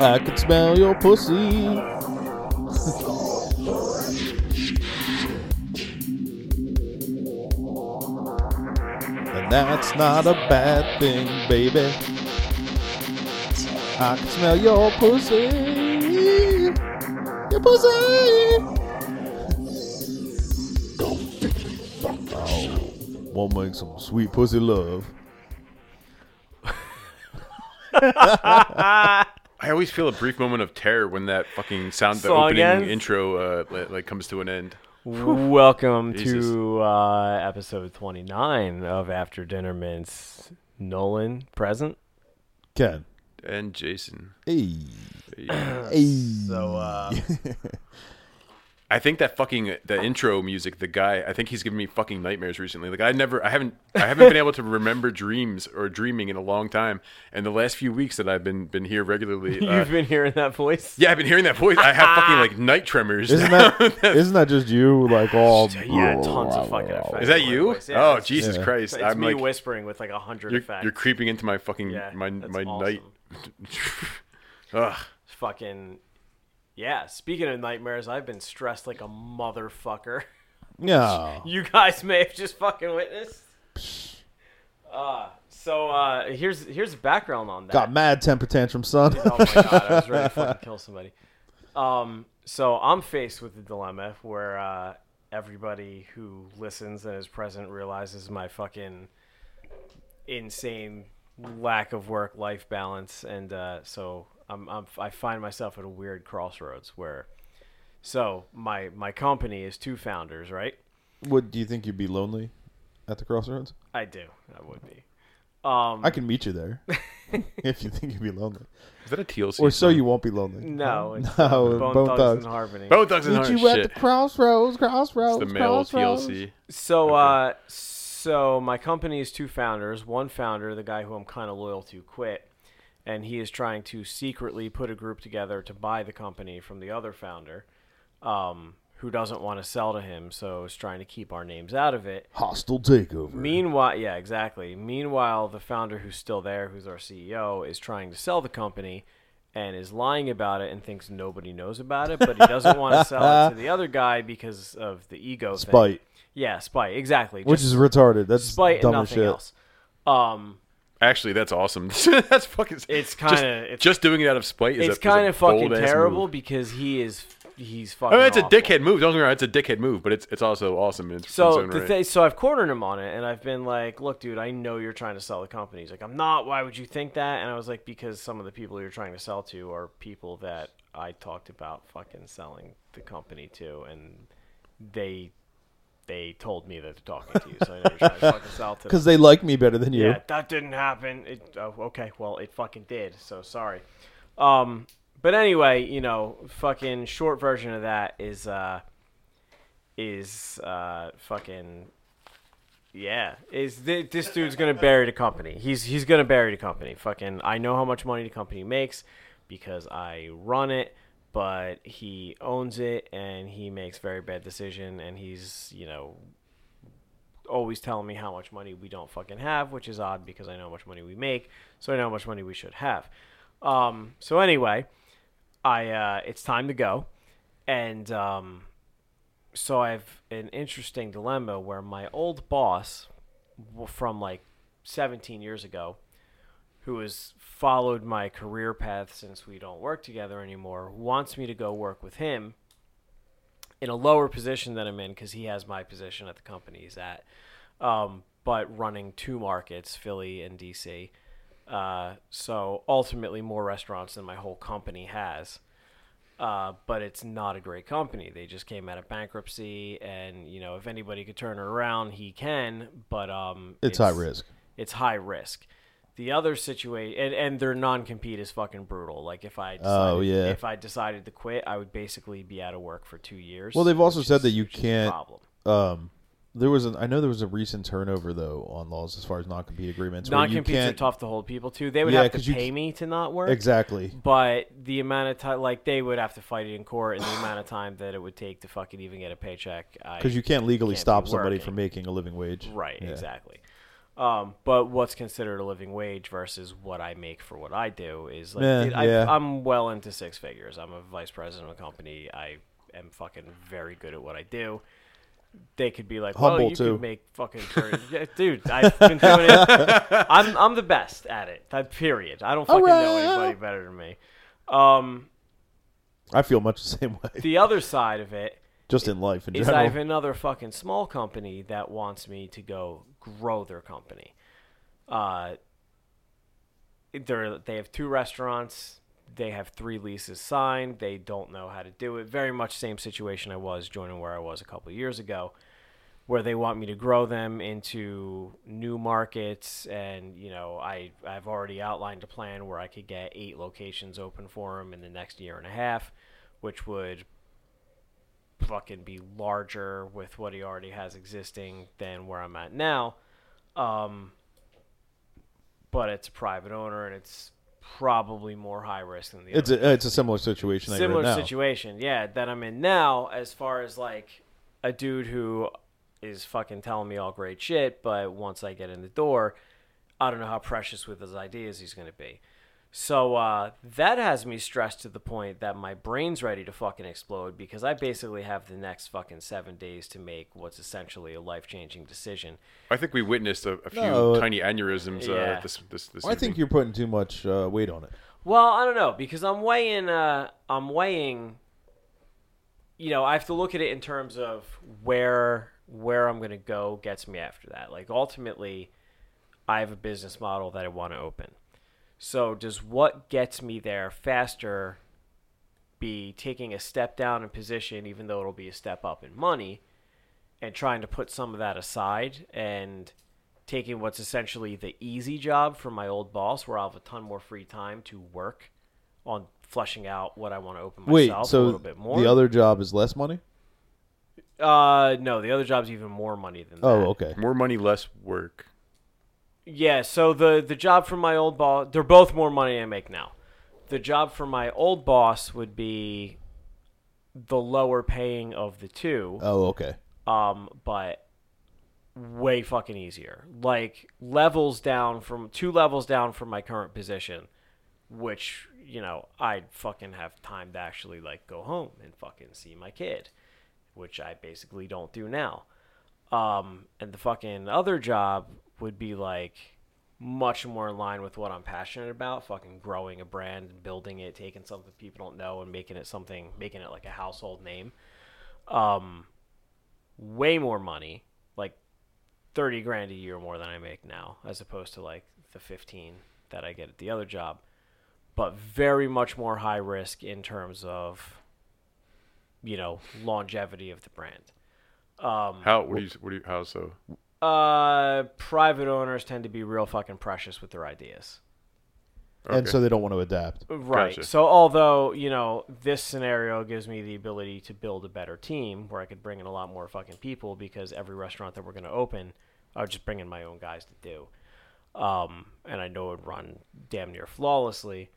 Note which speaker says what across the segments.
Speaker 1: I can smell your pussy. and that's not a bad thing, baby. I can smell your pussy. Your pussy. We'll make some sweet pussy love.
Speaker 2: I always feel a brief moment of terror when that fucking sound, the
Speaker 3: Song
Speaker 2: opening
Speaker 3: ends?
Speaker 2: intro, uh, li- like comes to an end.
Speaker 3: Welcome
Speaker 2: Jesus.
Speaker 3: to uh, episode 29 of After Dinner Mints. Nolan present.
Speaker 1: Ken.
Speaker 2: And Jason,
Speaker 1: Hey.
Speaker 3: So, uh,
Speaker 2: I think that fucking the intro music, the guy, I think he's given me fucking nightmares recently. Like I never, I haven't, I haven't been able to remember dreams or dreaming in a long time. And the last few weeks that I've been been here regularly, uh,
Speaker 3: you've been hearing that voice?
Speaker 2: yeah, I've been hearing that voice. I have fucking like night tremors.
Speaker 1: Isn't that isn't that just you like all
Speaker 3: Yeah, tons of fucking effects.
Speaker 2: Is that
Speaker 3: on my
Speaker 2: you?
Speaker 3: voice. Yeah,
Speaker 2: oh
Speaker 3: it's-
Speaker 2: Jesus
Speaker 1: yeah.
Speaker 2: Christ!
Speaker 3: It's
Speaker 2: I'm
Speaker 3: me
Speaker 2: like
Speaker 3: whispering with like a hundred
Speaker 2: you're,
Speaker 3: effects.
Speaker 2: you're creeping into my fucking
Speaker 3: Yeah,
Speaker 2: my
Speaker 3: that's
Speaker 2: my
Speaker 3: awesome.
Speaker 2: night. Ugh.
Speaker 3: It's fucking. Yeah, speaking of nightmares, I've been stressed like a motherfucker.
Speaker 1: Yeah.
Speaker 3: You guys may have just fucking witnessed. Uh, so uh, here's here's background on that.
Speaker 1: Got mad temper tantrum, son.
Speaker 3: oh my god, I was ready to fucking kill somebody. Um, so I'm faced with the dilemma where uh, everybody who listens and is present realizes my fucking insane lack of work life balance, and uh, so I'm, I'm I find myself at a weird crossroads where. So my my company is two founders, right?
Speaker 1: Would do you think you'd be lonely at the crossroads?
Speaker 3: I do. I would be. Um,
Speaker 1: I can meet you there if you think you'd be lonely,
Speaker 2: Is that a TLC?
Speaker 1: or so
Speaker 2: song?
Speaker 1: you won't be lonely.
Speaker 3: no, it's
Speaker 1: No,
Speaker 3: Bone,
Speaker 1: Bone
Speaker 3: Thugs,
Speaker 1: Thugs.
Speaker 3: and Harmony.
Speaker 2: Bone Thugs and
Speaker 1: Meet
Speaker 2: Harmony.
Speaker 1: you at the
Speaker 2: Shit.
Speaker 1: crossroads, crossroads,
Speaker 2: the male
Speaker 1: crossroads.
Speaker 2: TLC.
Speaker 3: So, uh, so my company is two founders. One founder, the guy who I'm kind of loyal to, quit, and he is trying to secretly put a group together to buy the company from the other founder, um, who doesn't want to sell to him, so is trying to keep our names out of it.
Speaker 1: Hostile takeover.
Speaker 3: Meanwhile, yeah, exactly. Meanwhile, the founder who's still there, who's our CEO, is trying to sell the company and is lying about it and thinks nobody knows about it, but he doesn't want to sell it to the other guy because of the ego thing.
Speaker 1: Spite,
Speaker 3: Yeah, spite. Exactly.
Speaker 1: which
Speaker 3: Just
Speaker 1: is retarded. That's
Speaker 3: spite and
Speaker 1: dumb as
Speaker 3: nothing
Speaker 1: shit.
Speaker 3: else. Um,
Speaker 2: Actually, that's awesome. that's fucking.
Speaker 3: It's
Speaker 2: just-
Speaker 3: kinda- it's-
Speaker 2: just doing it out of spite. Is
Speaker 3: it's
Speaker 2: a- is a
Speaker 3: kind of fucking
Speaker 2: bold-ass
Speaker 3: terrible
Speaker 2: move.
Speaker 3: because he is he's
Speaker 2: I
Speaker 3: fucking.
Speaker 2: mean, it's a
Speaker 3: awful.
Speaker 2: dickhead move. Don't get me wrong. It's a dickhead move, but it's it's also awesome. in It's
Speaker 3: So
Speaker 2: its own
Speaker 3: the
Speaker 2: right.
Speaker 3: thing, so I've cornered him on it, and I've been like, "Look, dude, I know you're trying to sell the company." He's like, "I'm not. Why would you think that?" And I was like, "Because some of the people you're trying to sell to are people that I talked about fucking selling the company to, and they they told me that they're talking to you, so I know you're trying to fucking sell to them."
Speaker 1: Because they like me better than you.
Speaker 3: Yeah, that didn't happen. It, oh, okay, well, it fucking did. So sorry. Um, but anyway, you know, fucking short version of that is uh, is uh, fucking yeah. Is th- this dude's gonna bury the company? He's he's gonna bury the company. Fucking, I know how much money the company makes because I run it. But he owns it, and he makes very bad decision, and he's you know always telling me how much money we don't fucking have, which is odd because I know how much money we make, so I know how much money we should have. Um, so anyway, I uh, it's time to go, and um, so I have an interesting dilemma where my old boss w- from like 17 years ago, who has followed my career path since we don't work together anymore, wants me to go work with him in a lower position than I'm in because he has my position at the company he's at, um, but running two markets, Philly and DC. Uh, so ultimately, more restaurants than my whole company has. Uh, but it's not a great company. They just came out of bankruptcy, and you know if anybody could turn it around, he can. But um,
Speaker 1: It's high risk.
Speaker 3: It's high risk. The other situation, and, and their non compete is fucking brutal. Like if I decided,
Speaker 1: Oh, yeah.
Speaker 3: if I decided to quit, I would basically be out of work for two years.
Speaker 1: Well, they've also
Speaker 3: which
Speaker 1: said
Speaker 3: is-
Speaker 1: that you
Speaker 3: which is a
Speaker 1: can't-
Speaker 3: Problem.
Speaker 1: Um, there was an I know there was a recent turnover though on laws as far as non compete agreements. where
Speaker 3: Non
Speaker 1: you
Speaker 3: competes are
Speaker 1: can't-
Speaker 3: tough to hold people to. They would
Speaker 1: Yeah,
Speaker 3: have
Speaker 1: 'cause
Speaker 3: to
Speaker 1: you
Speaker 3: pay
Speaker 1: c-
Speaker 3: me to not work.
Speaker 1: Exactly.
Speaker 3: But the amount of time, like they would have to fight it in court, and the amount of time that it would take to fucking even get a paycheck. I-
Speaker 1: Because you can't legally
Speaker 3: can't be
Speaker 1: stop somebody
Speaker 3: working.
Speaker 1: from making a living wage.
Speaker 3: Right,
Speaker 1: Yeah.
Speaker 3: exactly. Um, but what's considered a living wage versus what I make for what I do is like
Speaker 1: Yeah,
Speaker 3: dude, I,
Speaker 1: yeah.
Speaker 3: I'm well into six figures. I'm a vice president of a company. I am fucking very good at what I do. They could be like, well,
Speaker 1: Humble,
Speaker 3: you
Speaker 1: too.
Speaker 3: could make fucking, thirty- yeah, dude. I've been doing it. I'm I'm the best at it. That period. I don't
Speaker 1: Oh,
Speaker 3: fucking know
Speaker 1: Alright.
Speaker 3: anybody better than me. Um,
Speaker 1: I feel much the same way,
Speaker 3: the other side of it
Speaker 1: just in life in
Speaker 3: is
Speaker 1: general.
Speaker 3: I have another fucking small company that wants me to go grow their company. Uh, they're, they have two restaurants. They have three leases signed. They don't know how to do it. Very much same situation I was joining where I was a couple years ago, where they want me to grow them into new markets. And you know, I I've already outlined a plan where I could get eight locations open for them in the next year and a half, which would fucking be larger with what he already has existing than where I'm at now. Um, but it's a private owner and it's probably more high risk than the
Speaker 1: it's
Speaker 3: other.
Speaker 1: a it's a similar situation. that you're in
Speaker 3: similar
Speaker 1: now.
Speaker 3: situation, yeah, that I'm in now as far as like a dude who is fucking telling me all great shit, but once I get in the door, I don't know how precious with his ideas he's going to be. So uh, that has me stressed to the point that my brain's ready to fucking explode because I basically have the next fucking seven days to make what's essentially a life changing decision.
Speaker 2: I think we witnessed a, a few
Speaker 1: No, uh,
Speaker 2: tiny aneurysms
Speaker 3: yeah.
Speaker 2: uh, this this this.
Speaker 1: I think
Speaker 2: evening.
Speaker 1: you're putting too much uh, weight on it.
Speaker 3: Well, I don't know because I'm weighing. Uh, I'm weighing. You know, I have to look at it in terms of where where I'm going to go gets me after that. Like ultimately, I have a business model that I want to open. So does what gets me there faster be taking a step down in position, even though it'll be a step up in money, and trying to put some of that aside and taking what's essentially the easy job from my old boss, where I'll have a ton more free time to work on fleshing out what I want to open
Speaker 1: Wait,
Speaker 3: myself a
Speaker 1: so
Speaker 3: little bit more.
Speaker 1: the other job is less money?
Speaker 3: uh, no, the other job's even more money than that.
Speaker 1: Oh, okay.
Speaker 2: more money, less work.
Speaker 3: Yeah, so the the job from my old boss, they're both more money than I make now. The job from my old boss would be the lower paying of the two,
Speaker 1: Oh, okay.
Speaker 3: um, but way fucking easier. Like levels down from two levels down from my current position, which you know I'd fucking have time to actually like go home and fucking see my kid, which I basically don't do now. Um, and the fucking other job would be like much more in line with what I'm passionate about, fucking growing a brand and building it, taking something people don't know and making it something, making it like a household name. Um, way more money, like 30 grand a year more than I make now, as opposed to like the 15 that I get at the other job, but very much more high risk in terms of, you know, longevity of the brand. Um,
Speaker 2: How? What do you? What do you? How so?
Speaker 3: uh, private owners tend to be real fucking precious with their ideas.
Speaker 1: And so they don't want to adapt.
Speaker 3: Right.
Speaker 2: Gotcha.
Speaker 3: So although, you know, this scenario gives me the ability to build a better team where I could bring in a lot more fucking people because every restaurant that we're going to open, I would just bring in my own guys to do. Um, and I know it would run damn near flawlessly.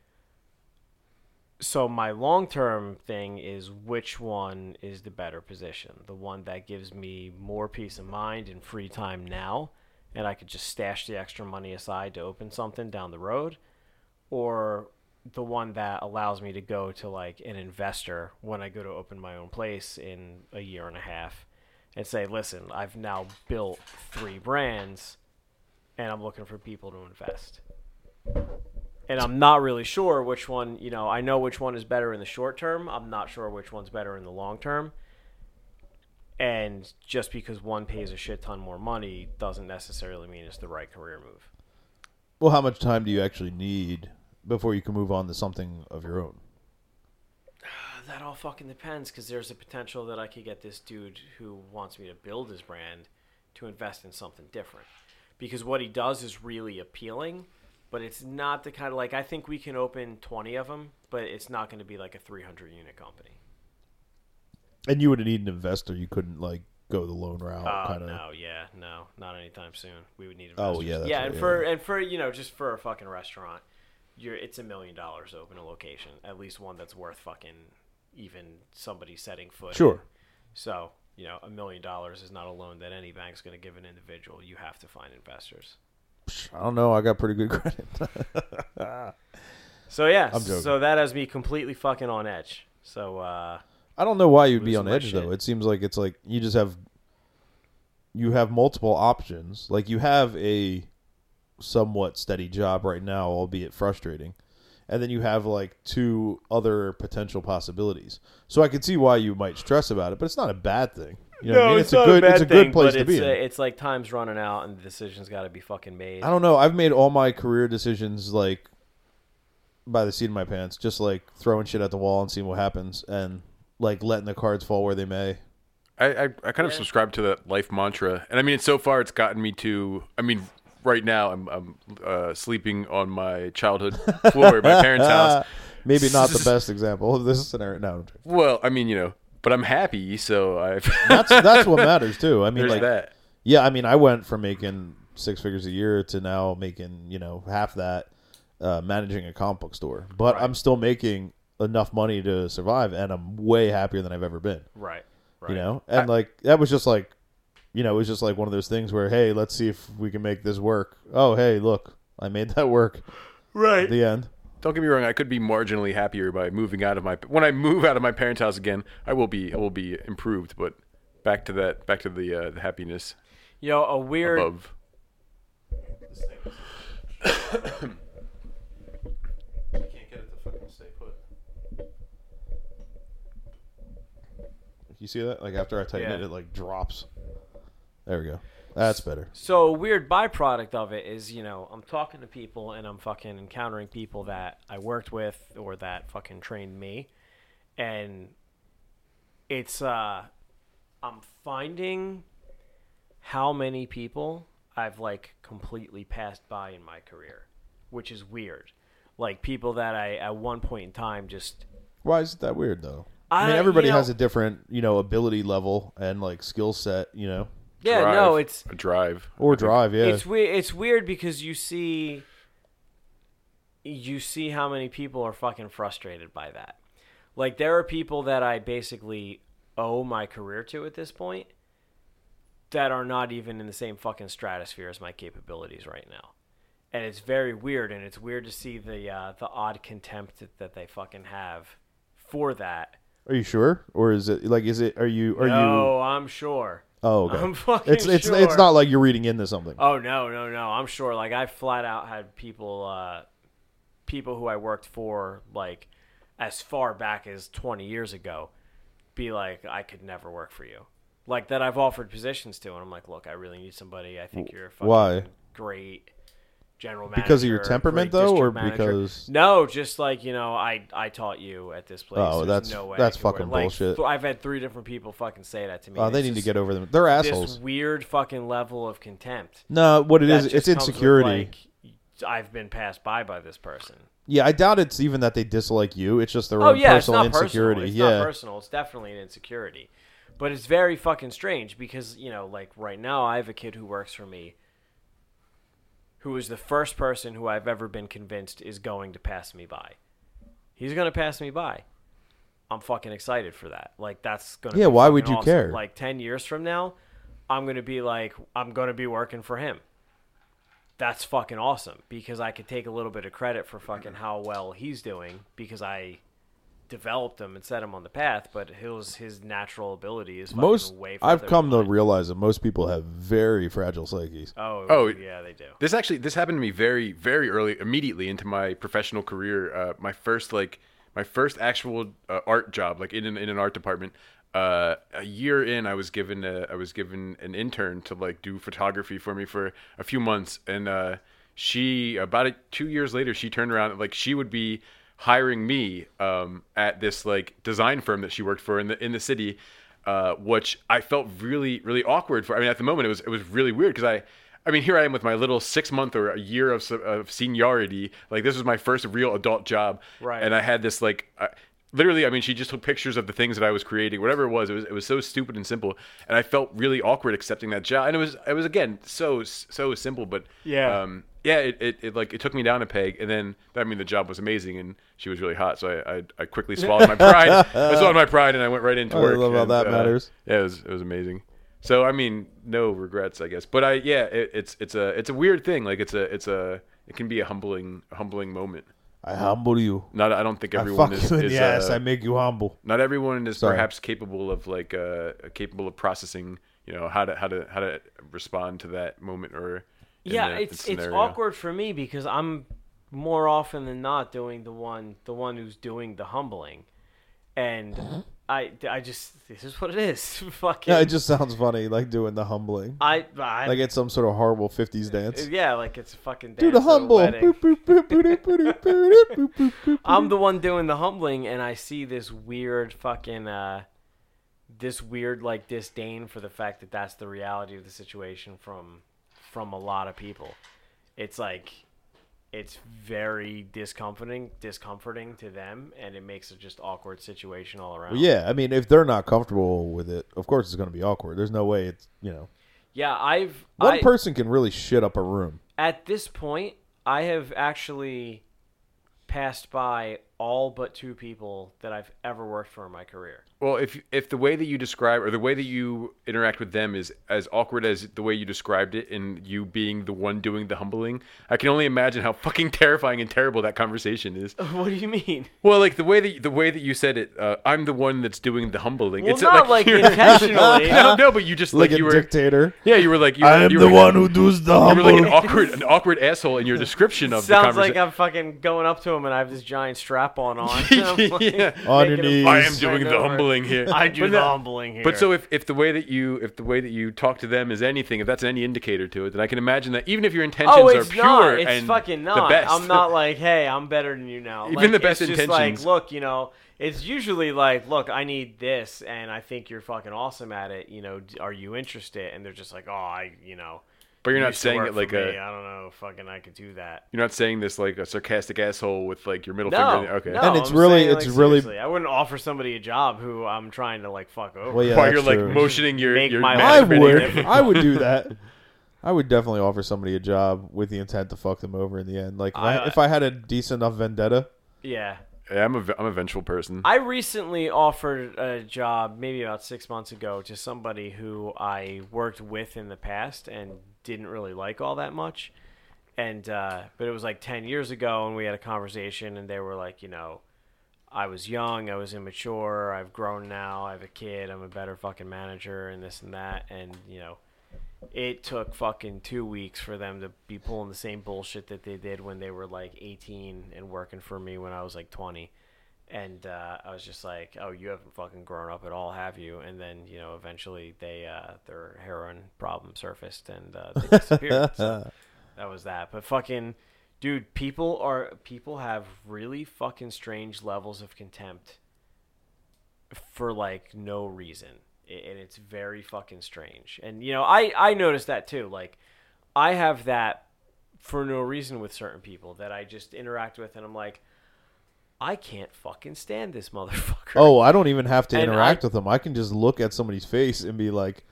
Speaker 3: So my long-term thing is which one is the better position? The one that gives me more peace of mind and free time now and I could just stash the extra money aside to open something down the road or the one that allows me to go to like an investor when I go to open my own place in a year and a half and say, listen, I've now built three brands and I'm looking for people to invest. And I'm not really sure which one, you know, I know which one is better in the short term. I'm not sure which one's better in the long term. And just because one pays a shit ton more money doesn't necessarily mean it's the right career move.
Speaker 1: Well, how much time do you actually need before you can move on to something of your own?
Speaker 3: Uh, That all fucking depends because there's a potential that I could get this dude who wants me to build his brand to invest in something different. Because what he does is really appealing, but it's not the kind of like I think we can open 20 of them, but it's not going to be like a 300 unit company.
Speaker 1: And you would need an investor. You couldn't like go the loan route,
Speaker 3: Oh
Speaker 1: kind of.
Speaker 3: no, yeah, no, not anytime soon. We would need
Speaker 1: Oh,
Speaker 3: investors.
Speaker 1: yeah, that's
Speaker 3: yeah,
Speaker 1: right,
Speaker 3: and
Speaker 1: yeah,
Speaker 3: for and for you know just for a fucking restaurant, you're it's a million dollars to open a location, at least one that's worth fucking even somebody setting foot. in.
Speaker 1: Sure.
Speaker 3: So you know, a million dollars is not a loan that any bank's going to give an individual. You have to find investors.
Speaker 1: psh, I don't know. I got pretty good credit.
Speaker 3: So yeah,
Speaker 1: I'm joking.
Speaker 3: so that has me completely fucking on edge. So uh,
Speaker 1: I don't know why you'd be
Speaker 3: Losing
Speaker 1: on
Speaker 3: my
Speaker 1: edge though.
Speaker 3: shit.
Speaker 1: It seems like it's like you just have you have multiple options. Like you have a somewhat steady job right now, albeit frustrating. And then you have like two other potential possibilities. So I could see why you might stress about it, but it's not a bad thing. You know what I mean? a good it's a good place to
Speaker 3: it's,
Speaker 1: be. in.
Speaker 3: uh, it's like time's running out and the decision's got to be fucking made.
Speaker 1: I don't know. I've made all my career decisions like by the seat of my pants, just like throwing shit at the wall and seeing what happens and like letting the cards fall where they may.
Speaker 2: I, I, I kind of subscribe to that life mantra, and I mean, so far it's gotten me to. I mean, right now I'm I'm uh, sleeping on my childhood floor at my parents' house.
Speaker 1: Ah, Maybe not the best example of this scenario. No, I'm joking.
Speaker 2: Well, I mean, you know, but I'm happy, so I've
Speaker 1: that's that's what matters too. I mean,
Speaker 2: there's
Speaker 1: like,
Speaker 2: that.
Speaker 1: yeah, I mean, I went from making six figures a year to now making you know half that, uh, managing a comic book store. But I'm still making enough money to survive, and I'm way happier than I've ever been.
Speaker 3: right. Right.
Speaker 1: You know, and like that was just like, you know, it was just like one of those things where, hey, let's see if we can make this work. Oh, hey, look, I made that work.
Speaker 3: Right.
Speaker 1: The end.
Speaker 2: Don't get me wrong. I could be marginally happier by moving out of my. When I move out of my parents' house again, I will be. I will be improved. But back to that. Back to the uh, the happiness
Speaker 3: Yo, a weird
Speaker 2: above.
Speaker 1: You see that? Like after I tighten
Speaker 3: Yeah.
Speaker 1: it, it like drops. There we go. That's better.
Speaker 3: So a weird byproduct of it is, you know, I'm talking to people and I'm fucking encountering people that I worked with or that fucking trained me. And it's uh I'm finding how many people I've like completely passed by in my career, which is weird. Like people that I at one point in time just
Speaker 1: Why is it that weird though?
Speaker 3: I-
Speaker 1: I mean, everybody
Speaker 3: you know-
Speaker 1: has a different, you know, ability level and like skill set, you know,
Speaker 3: Yeah,
Speaker 2: drive,
Speaker 3: no, it's
Speaker 2: a drive.
Speaker 1: or drive. Yeah,
Speaker 3: It's weird. It's weird because you see, you see how many people are fucking frustrated by that. Like there are people that I basically owe my career to at this point that are not even in the same fucking stratosphere as my capabilities right now. And it's very weird, and it's weird to see the uh, the odd contempt that, that they fucking have for that.
Speaker 1: are you sure, or is it like, is it? Are you? Are you?
Speaker 3: No, I'm sure.
Speaker 1: Oh, okay.
Speaker 3: I'm fucking
Speaker 1: it's it's
Speaker 3: sure.
Speaker 1: it's not like you're reading into something.
Speaker 3: Oh no, no, no! I'm sure. Like I flat out had people, uh, people who I worked for, like as far back as 20 years ago, be like, I could never work for you. Like that I've offered positions to, and I'm like, look, I really need somebody. I think you're a fucking
Speaker 1: Why?
Speaker 3: great general manager.
Speaker 1: Because of your
Speaker 3: great
Speaker 1: temperament, though,
Speaker 3: district
Speaker 1: or
Speaker 3: manager."
Speaker 1: because-
Speaker 3: no, just like you know, I I taught you at this place.
Speaker 1: Oh,
Speaker 3: There's
Speaker 1: that's-
Speaker 3: no way I
Speaker 1: that's
Speaker 3: could work."
Speaker 1: fucking
Speaker 3: Like,
Speaker 1: bullshit.
Speaker 3: I've had three different people fucking say that to me.
Speaker 1: Oh,
Speaker 3: and
Speaker 1: they
Speaker 3: it's
Speaker 1: need to
Speaker 3: just
Speaker 1: get over them. They're
Speaker 3: this
Speaker 1: assholes.
Speaker 3: weird fucking level of contempt.
Speaker 1: No, what it
Speaker 3: That
Speaker 1: is,
Speaker 3: just
Speaker 1: it's
Speaker 3: comes with,
Speaker 1: insecurity.
Speaker 3: like, I've been passed by by this person.
Speaker 1: yeah, I doubt it's even that they dislike you. It's just their
Speaker 3: Oh
Speaker 1: own
Speaker 3: yeah, it's
Speaker 1: personal
Speaker 3: not
Speaker 1: insecurity.
Speaker 3: personal. It's
Speaker 1: yeah,
Speaker 3: not personal. It's definitely an insecurity. But it's very fucking strange because you know, like right now, I have a kid who works for me, who is the first person who I've ever been convinced is going to pass me by. He's gonna pass me by. I'm fucking excited for that. Like that's gonna.
Speaker 1: Yeah,
Speaker 3: be
Speaker 1: why would
Speaker 3: fucking
Speaker 1: you
Speaker 3: awesome.
Speaker 1: care?
Speaker 3: Like ten years from now, I'm gonna be like, I'm gonna be working for him. that's fucking awesome because I could take a little bit of credit for fucking how well he's doing because I developed him and set him on the path, but his his natural ability is fucking
Speaker 1: most
Speaker 3: way
Speaker 1: I've
Speaker 3: further
Speaker 1: come
Speaker 3: than
Speaker 1: to realize that most people have very fragile psyches.
Speaker 3: mine. oh
Speaker 2: Oh, it-
Speaker 3: yeah they do
Speaker 2: This actually this happened to me very very early immediately into my professional career. Uh, my first like my first actual uh, art job like in an, in an art department. Uh, a year in, I was given a, I was given an intern to like do photography for me for a few months, and uh, she about a, two years later she turned around and like she would be hiring me um, at this like design firm that she worked for in the in the city, uh, which I felt really really awkward for. I mean, at the moment it was it was really weird because I I mean, here I am with my little six month or a year of, of seniority. Like, this was my first real adult job.
Speaker 3: Right.
Speaker 2: And I had this, like, I, literally, I mean, she just took pictures of the things that I was creating, whatever it was. It was, it was so stupid and simple. And I felt really awkward accepting that job. And it was, it was again, so, so simple, but
Speaker 3: Yeah.
Speaker 2: Um, yeah, it, it, it like it took me down a peg, and then I mean the job was amazing, and she was really hot, so I I, I quickly swallowed my pride. I swallowed my pride, and I went right into
Speaker 1: I
Speaker 2: work.
Speaker 1: love how
Speaker 2: and,
Speaker 1: that
Speaker 2: uh,
Speaker 1: matters.
Speaker 2: Yeah, it was it was amazing. So I mean, no regrets, I guess. But I yeah, it, it's it's a it's a weird thing. Like it's a it's a it can be a humbling humbling moment.
Speaker 1: I humble you.
Speaker 2: Not I don't think
Speaker 1: I
Speaker 2: everyone
Speaker 1: fuck
Speaker 2: is,
Speaker 1: you in
Speaker 2: is,
Speaker 1: the ass.
Speaker 2: uh,
Speaker 1: I make you humble.
Speaker 2: not everyone is
Speaker 1: Sorry.
Speaker 2: perhaps capable of like uh capable of processing you know how to how to how to respond to that moment or in
Speaker 3: yeah,
Speaker 2: that
Speaker 3: it's it's
Speaker 2: scenario.
Speaker 3: awkward for me because I'm more often than not doing the one the one who's doing the humbling, and I I just this is what it is. Fucking
Speaker 1: Yeah, it just sounds funny, like doing the humbling,
Speaker 3: I, I
Speaker 1: like it's some sort of horrible '50s dance.
Speaker 3: yeah like it's a fucking
Speaker 1: Do
Speaker 3: dance
Speaker 1: the
Speaker 3: at a
Speaker 1: humble.
Speaker 3: wedding.
Speaker 1: Boop, boop, boop, boop, boop, boop, boop, boop, boop, boop.
Speaker 3: I'm the one doing the humbling, and I see this weird fucking, uh, this weird like disdain for the fact that that's the reality of the situation from from a lot of people. It's like it's very discomforting, discomforting to them, and it makes a just awkward situation all around.
Speaker 1: Yeah, I mean, if they're not comfortable with it, of course it's going to be awkward. There's no way it's you know
Speaker 3: yeah. I've
Speaker 1: one
Speaker 3: I-
Speaker 1: person can really shit up a room.
Speaker 3: at this point, I have actually passed by all but two people that I've ever worked for in my career.
Speaker 2: well if if the way that you describe or the way that you interact with them is as awkward as the way you described it and you being the one doing the humbling i can only imagine how fucking terrifying and terrible that conversation is
Speaker 3: what do you mean?
Speaker 2: well like the way that the way that you said it uh, i'm the one that's doing the humbling
Speaker 3: Well,
Speaker 2: it's
Speaker 3: not like,
Speaker 2: you're-
Speaker 3: intentionally.
Speaker 2: no no but you just
Speaker 1: Like
Speaker 2: like,
Speaker 1: a
Speaker 2: you were
Speaker 1: dictator.
Speaker 2: yeah you were like you were, you were-
Speaker 1: who does the
Speaker 2: You were like an awkward, an awkward asshole in your description of
Speaker 3: Sounds
Speaker 2: the
Speaker 3: like
Speaker 2: conversation.
Speaker 3: I'm fucking going up to him and I have this giant strap on on. I'm like,
Speaker 2: Yeah.
Speaker 1: On your
Speaker 3: making him-
Speaker 1: knees.
Speaker 2: I am doing
Speaker 3: Right
Speaker 2: the
Speaker 3: over.
Speaker 2: humbling here.
Speaker 3: I do
Speaker 2: But
Speaker 3: the
Speaker 2: no-
Speaker 3: humbling here.
Speaker 2: But so if, if the way that you if the way that you talk to them is anything, if that's any indicator to it, then I can imagine that even if your intentions
Speaker 3: oh, it's
Speaker 2: are pure
Speaker 3: not. It's
Speaker 2: and
Speaker 3: fucking not.
Speaker 2: the best,
Speaker 3: I'm not like, hey, I'm better than you now.
Speaker 2: Even
Speaker 3: Like,
Speaker 2: the best
Speaker 3: it's just
Speaker 2: intentions.
Speaker 3: Like, look, you know, it's usually like, look, I need this, and I think you're fucking awesome at it. You know, d- are you interested? And they're just like, oh, I, you know.
Speaker 2: But you're
Speaker 3: you
Speaker 2: not
Speaker 3: used to
Speaker 2: saying
Speaker 3: work
Speaker 2: it
Speaker 3: for
Speaker 2: like
Speaker 3: me.
Speaker 2: a
Speaker 3: I don't know, fucking, I could do that.
Speaker 2: you're not saying this like a sarcastic asshole with like your middle
Speaker 3: No,
Speaker 2: finger. Okay.
Speaker 3: no,
Speaker 1: And it's
Speaker 3: I'm
Speaker 1: really-
Speaker 3: saying,
Speaker 1: it's
Speaker 3: like,
Speaker 1: really-
Speaker 3: seriously, I wouldn't offer somebody a job who I'm trying to like fuck over.
Speaker 1: Well, yeah,
Speaker 2: While
Speaker 1: that's
Speaker 2: you're like
Speaker 1: true.
Speaker 2: motioning your
Speaker 3: Make
Speaker 2: your
Speaker 3: my
Speaker 1: I
Speaker 3: life
Speaker 2: masturbating-
Speaker 1: would.
Speaker 3: Better.
Speaker 1: I would do that. I would definitely offer somebody a job with the intent to fuck them over in the end. Like if I,
Speaker 3: I-
Speaker 1: if I had a decent enough vendetta,
Speaker 3: yeah.
Speaker 2: Yeah, I'm a ve- I'm a vengeful person.
Speaker 3: I recently offered a job maybe about six months ago to somebody who I worked with in the past and didn't really like all that much. And uh, but it was like ten years ago, and we had a conversation, and they were like, you know, I was young, I was immature, I've grown now, I have a kid, I'm a better fucking manager, and this and that, and you know, it took fucking two weeks for them to be pulling the same bullshit that they did when they were like 18 and working for me when I was like 20. And uh, I was just like, oh, you haven't fucking grown up at all, have you? And then, you know, eventually they uh, their heroin problem surfaced and uh, they disappeared. so that was that. But fucking, dude, people are people have really fucking strange levels of contempt for like no reason I- and it's very fucking strange and you know i i noticed that too like i have that for no reason with certain people that i just interact with and i'm like i can't fucking stand this motherfucker
Speaker 1: oh, I don't even have to
Speaker 3: And
Speaker 1: interact
Speaker 3: I-
Speaker 1: with them. I can just look at somebody's face and be like,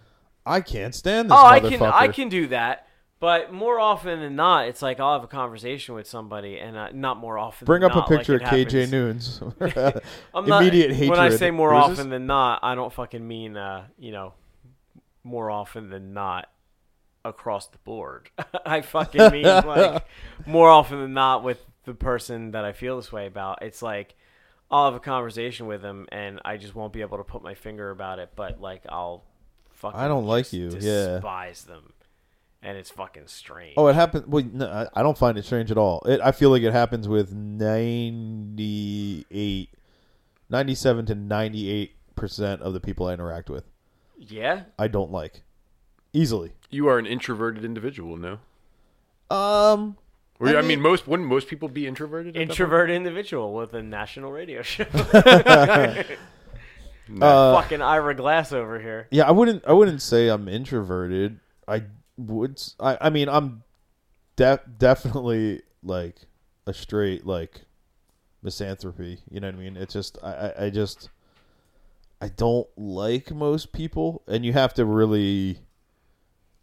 Speaker 1: I can't stand this
Speaker 3: oh
Speaker 1: motherfucker.
Speaker 3: i can i can do that but more often than not it's like i'll have a conversation with somebody and uh, not more often
Speaker 1: Bring
Speaker 3: than
Speaker 1: up a
Speaker 3: not, like,
Speaker 1: picture
Speaker 3: it
Speaker 1: of KJ
Speaker 3: happens.
Speaker 1: Noons.
Speaker 3: I'm not-
Speaker 1: Immediate hatred.
Speaker 3: When I say more
Speaker 1: Who is
Speaker 3: often
Speaker 1: this?
Speaker 3: than not, I don't fucking mean uh, you know, more often than not across the board. I fucking mean like more often than not with the person that I feel this way about. It's like I'll have a conversation with them and I just won't be able to put my finger about it, but like I'll fucking
Speaker 1: I don't like
Speaker 3: just
Speaker 1: you, yeah.
Speaker 3: Despise them. And it's fucking strange.
Speaker 1: Oh, it happened. Well, no, I- I don't find it strange at all. It, I feel like it happens with 98, 97 to 98% of the people I interact with.
Speaker 3: yeah?
Speaker 1: I don't like easily.
Speaker 2: you are an introverted individual, no?
Speaker 1: Um,
Speaker 2: Were you-
Speaker 1: I
Speaker 2: I,
Speaker 1: mean-
Speaker 2: mean, most wouldn't most people be introverted? at that point?
Speaker 3: Introvert individual with a national radio show.
Speaker 2: No.
Speaker 1: uh,
Speaker 3: fucking Ira Glass over here.
Speaker 1: yeah, I wouldn't. I wouldn't say I'm introverted. I would. s- I. I mean, I'm de- definitely like a straight like misanthropy. You know what I mean? It's just I. I, I just I don't like most people, and you have to really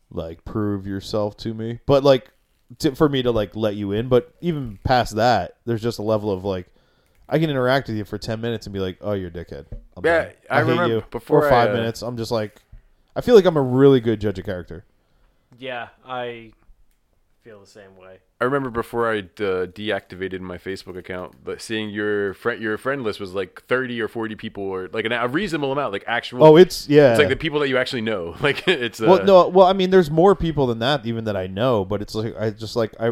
Speaker 1: like prove yourself to me. But like to, for me to like let you in, but even past that, there's just a level of like I can interact with you for ten minutes and be like, "Oh, you're a dickhead." I'm
Speaker 2: Yeah,
Speaker 1: done.
Speaker 2: I
Speaker 1: hate
Speaker 2: remember
Speaker 1: you.
Speaker 2: before
Speaker 1: or
Speaker 2: I,
Speaker 1: five
Speaker 2: uh,
Speaker 1: minutes. I'm just like, I feel like I'm a really good judge of character.
Speaker 3: Yeah, I feel the same way.
Speaker 2: I remember before I uh, deactivated my Facebook account, but seeing your friend your friend list was like thirty or forty people, or like an, a reasonable amount, like actual.
Speaker 1: Oh, it's yeah.
Speaker 2: it's like the people that you actually know. Like it's uh,
Speaker 1: well, no, well, I mean, there's more people than that even that I know, but it's like I just like I,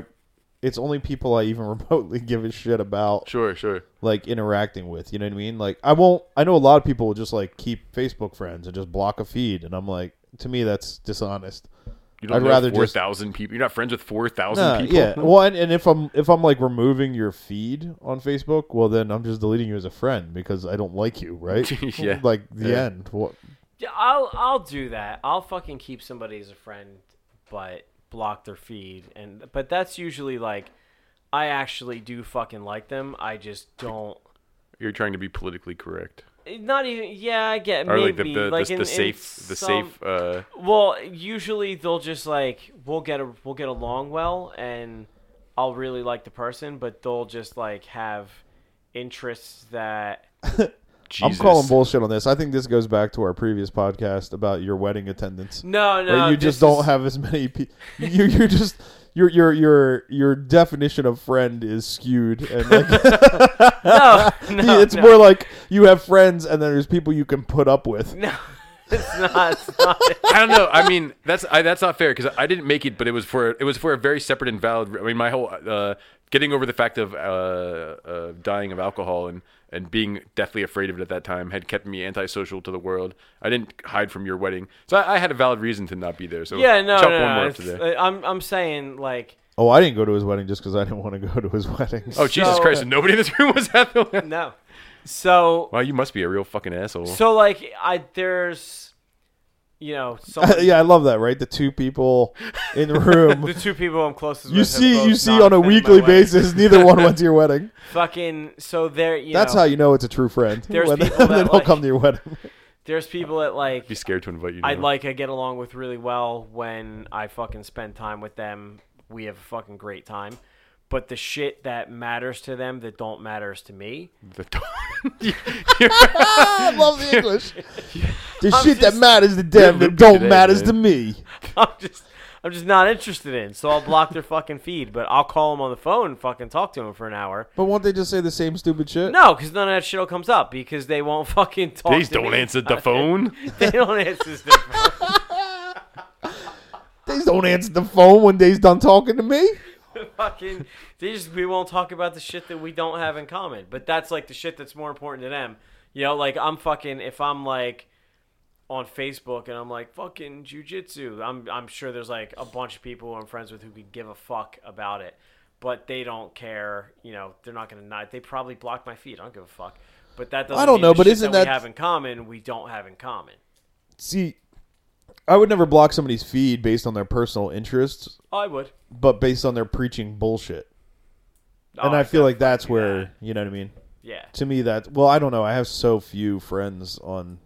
Speaker 1: it's only people I even remotely give a shit about.
Speaker 2: Sure, sure.
Speaker 1: like interacting with. You know what I mean? Like I won't. I know a lot of people will just like keep Facebook friends and just block a feed, and I'm like, to me, that's dishonest.
Speaker 2: You don't
Speaker 1: I'd
Speaker 2: know
Speaker 1: rather
Speaker 2: four
Speaker 1: just-
Speaker 2: thousand people. You're not friends with four thousand
Speaker 1: Nah,
Speaker 2: people.
Speaker 1: yeah. Well, and, and if I'm if I'm like removing your feed on Facebook, well then I'm just deleting you as a friend because I don't like you, right?
Speaker 2: Yeah.
Speaker 1: Like the
Speaker 2: Yeah.
Speaker 1: end. What?
Speaker 3: Yeah, I'll I'll do that. I'll fucking keep somebody as a friend, but block their feed. And but that's usually like, I actually do fucking like them. I just don't.
Speaker 2: You're trying to be politically correct,
Speaker 3: Not even. Yeah, I get
Speaker 2: or
Speaker 3: maybe
Speaker 2: like the the, the, the
Speaker 3: in- in
Speaker 2: safe the
Speaker 3: some-
Speaker 2: safe. Uh,
Speaker 3: Well, usually they'll just like we'll get a we'll get along well, and I'll really like the person, but they'll just like have interests that
Speaker 2: Jesus.
Speaker 1: I'm calling bullshit on this. I think this goes back to our previous podcast about your wedding attendance.
Speaker 3: no
Speaker 1: where
Speaker 3: no
Speaker 1: you
Speaker 3: this
Speaker 1: just don't
Speaker 3: is-
Speaker 1: have as many people. You you just your your your your definition of friend is skewed and like
Speaker 3: no no
Speaker 1: it's
Speaker 3: no,
Speaker 1: more like you have friends and then there's people you can put up with.
Speaker 3: no it's not it's not
Speaker 2: I don't know. I mean, that's I, that's not fair because I didn't make it, but it was for it was for a very separate and valid. I mean, my whole uh, getting over the fact of uh, uh, dying of alcohol and and being deathly afraid of it at that time had kept me antisocial to the world. I didn't hide from your wedding, so I, I had a valid reason to not be there. So
Speaker 3: yeah no
Speaker 2: chop
Speaker 3: no,
Speaker 2: one
Speaker 3: no,
Speaker 2: more up
Speaker 3: it's-
Speaker 2: to there.
Speaker 3: uh, I'm I'm saying like
Speaker 1: Oh, I didn't go to his wedding just because I didn't want to go to his wedding.
Speaker 2: Oh Jesus
Speaker 3: so-
Speaker 2: Christ! Nobody in this room was at the wedding.
Speaker 3: no so
Speaker 2: Wow, you must be a real fucking asshole.
Speaker 3: so like I there's you know someone,
Speaker 1: yeah, I love that. Right, the two people in the room
Speaker 3: the two people I'm closest
Speaker 1: you
Speaker 3: with have
Speaker 1: see
Speaker 3: both
Speaker 1: you see on
Speaker 3: not
Speaker 1: a
Speaker 3: been to my
Speaker 1: weekly
Speaker 3: wedding.
Speaker 1: basis. Neither one went to your wedding.
Speaker 3: fucking so there you
Speaker 1: That's
Speaker 3: know,
Speaker 1: how you know it's a true friend.
Speaker 3: There's
Speaker 1: when
Speaker 3: people
Speaker 1: they
Speaker 3: that
Speaker 1: don't
Speaker 3: like-
Speaker 1: come to your wedding.
Speaker 3: there's people that like
Speaker 2: be scared to invite you.
Speaker 3: I
Speaker 2: now.
Speaker 3: like I get along with really well when I fucking spend time with them. We have a fucking great time. But the shit that matters to them that don't matters to me.
Speaker 2: the.
Speaker 1: I love the English. The
Speaker 3: I'm
Speaker 1: shit that
Speaker 3: just-
Speaker 1: matters to them
Speaker 2: You're
Speaker 1: that
Speaker 2: loopy
Speaker 1: don't
Speaker 2: today,
Speaker 1: matters
Speaker 2: man.
Speaker 1: to me.
Speaker 3: I'm just I'm just not interested in. So I'll block their fucking feed, but I'll call them on the phone and fucking talk to them for an hour.
Speaker 1: But won't they just say the same stupid shit?
Speaker 3: No, because none of that shit all comes up because they won't fucking talk.
Speaker 2: Please
Speaker 3: to
Speaker 2: don't
Speaker 3: me.
Speaker 2: answer the phone.
Speaker 3: they don't answer. The phone.
Speaker 1: They don't answer the phone when they's done talking to me.
Speaker 3: fucking they just we won't talk about the shit that we don't have in common but that's like the shit that's more important to them you know like i'm fucking if i'm like on facebook and i'm like fucking jujitsu i'm i'm sure there's like a bunch of people i'm friends with who could give a fuck about it but they don't care you know they're not gonna not they probably block my feed i don't give a fuck but that doesn't
Speaker 1: I don't
Speaker 3: mean
Speaker 1: know,
Speaker 3: the
Speaker 1: but
Speaker 3: shit
Speaker 1: isn't
Speaker 3: that we
Speaker 1: that-
Speaker 3: have in common we don't have in common
Speaker 1: See, I would never block somebody's feed based on their personal interests,
Speaker 3: i would
Speaker 1: but based on their preaching bullshit. and
Speaker 3: Oh,
Speaker 1: I feel
Speaker 3: yeah.
Speaker 1: like that's where you know what I mean.
Speaker 3: yeah
Speaker 1: To me, that well, I don't know. I have so few friends on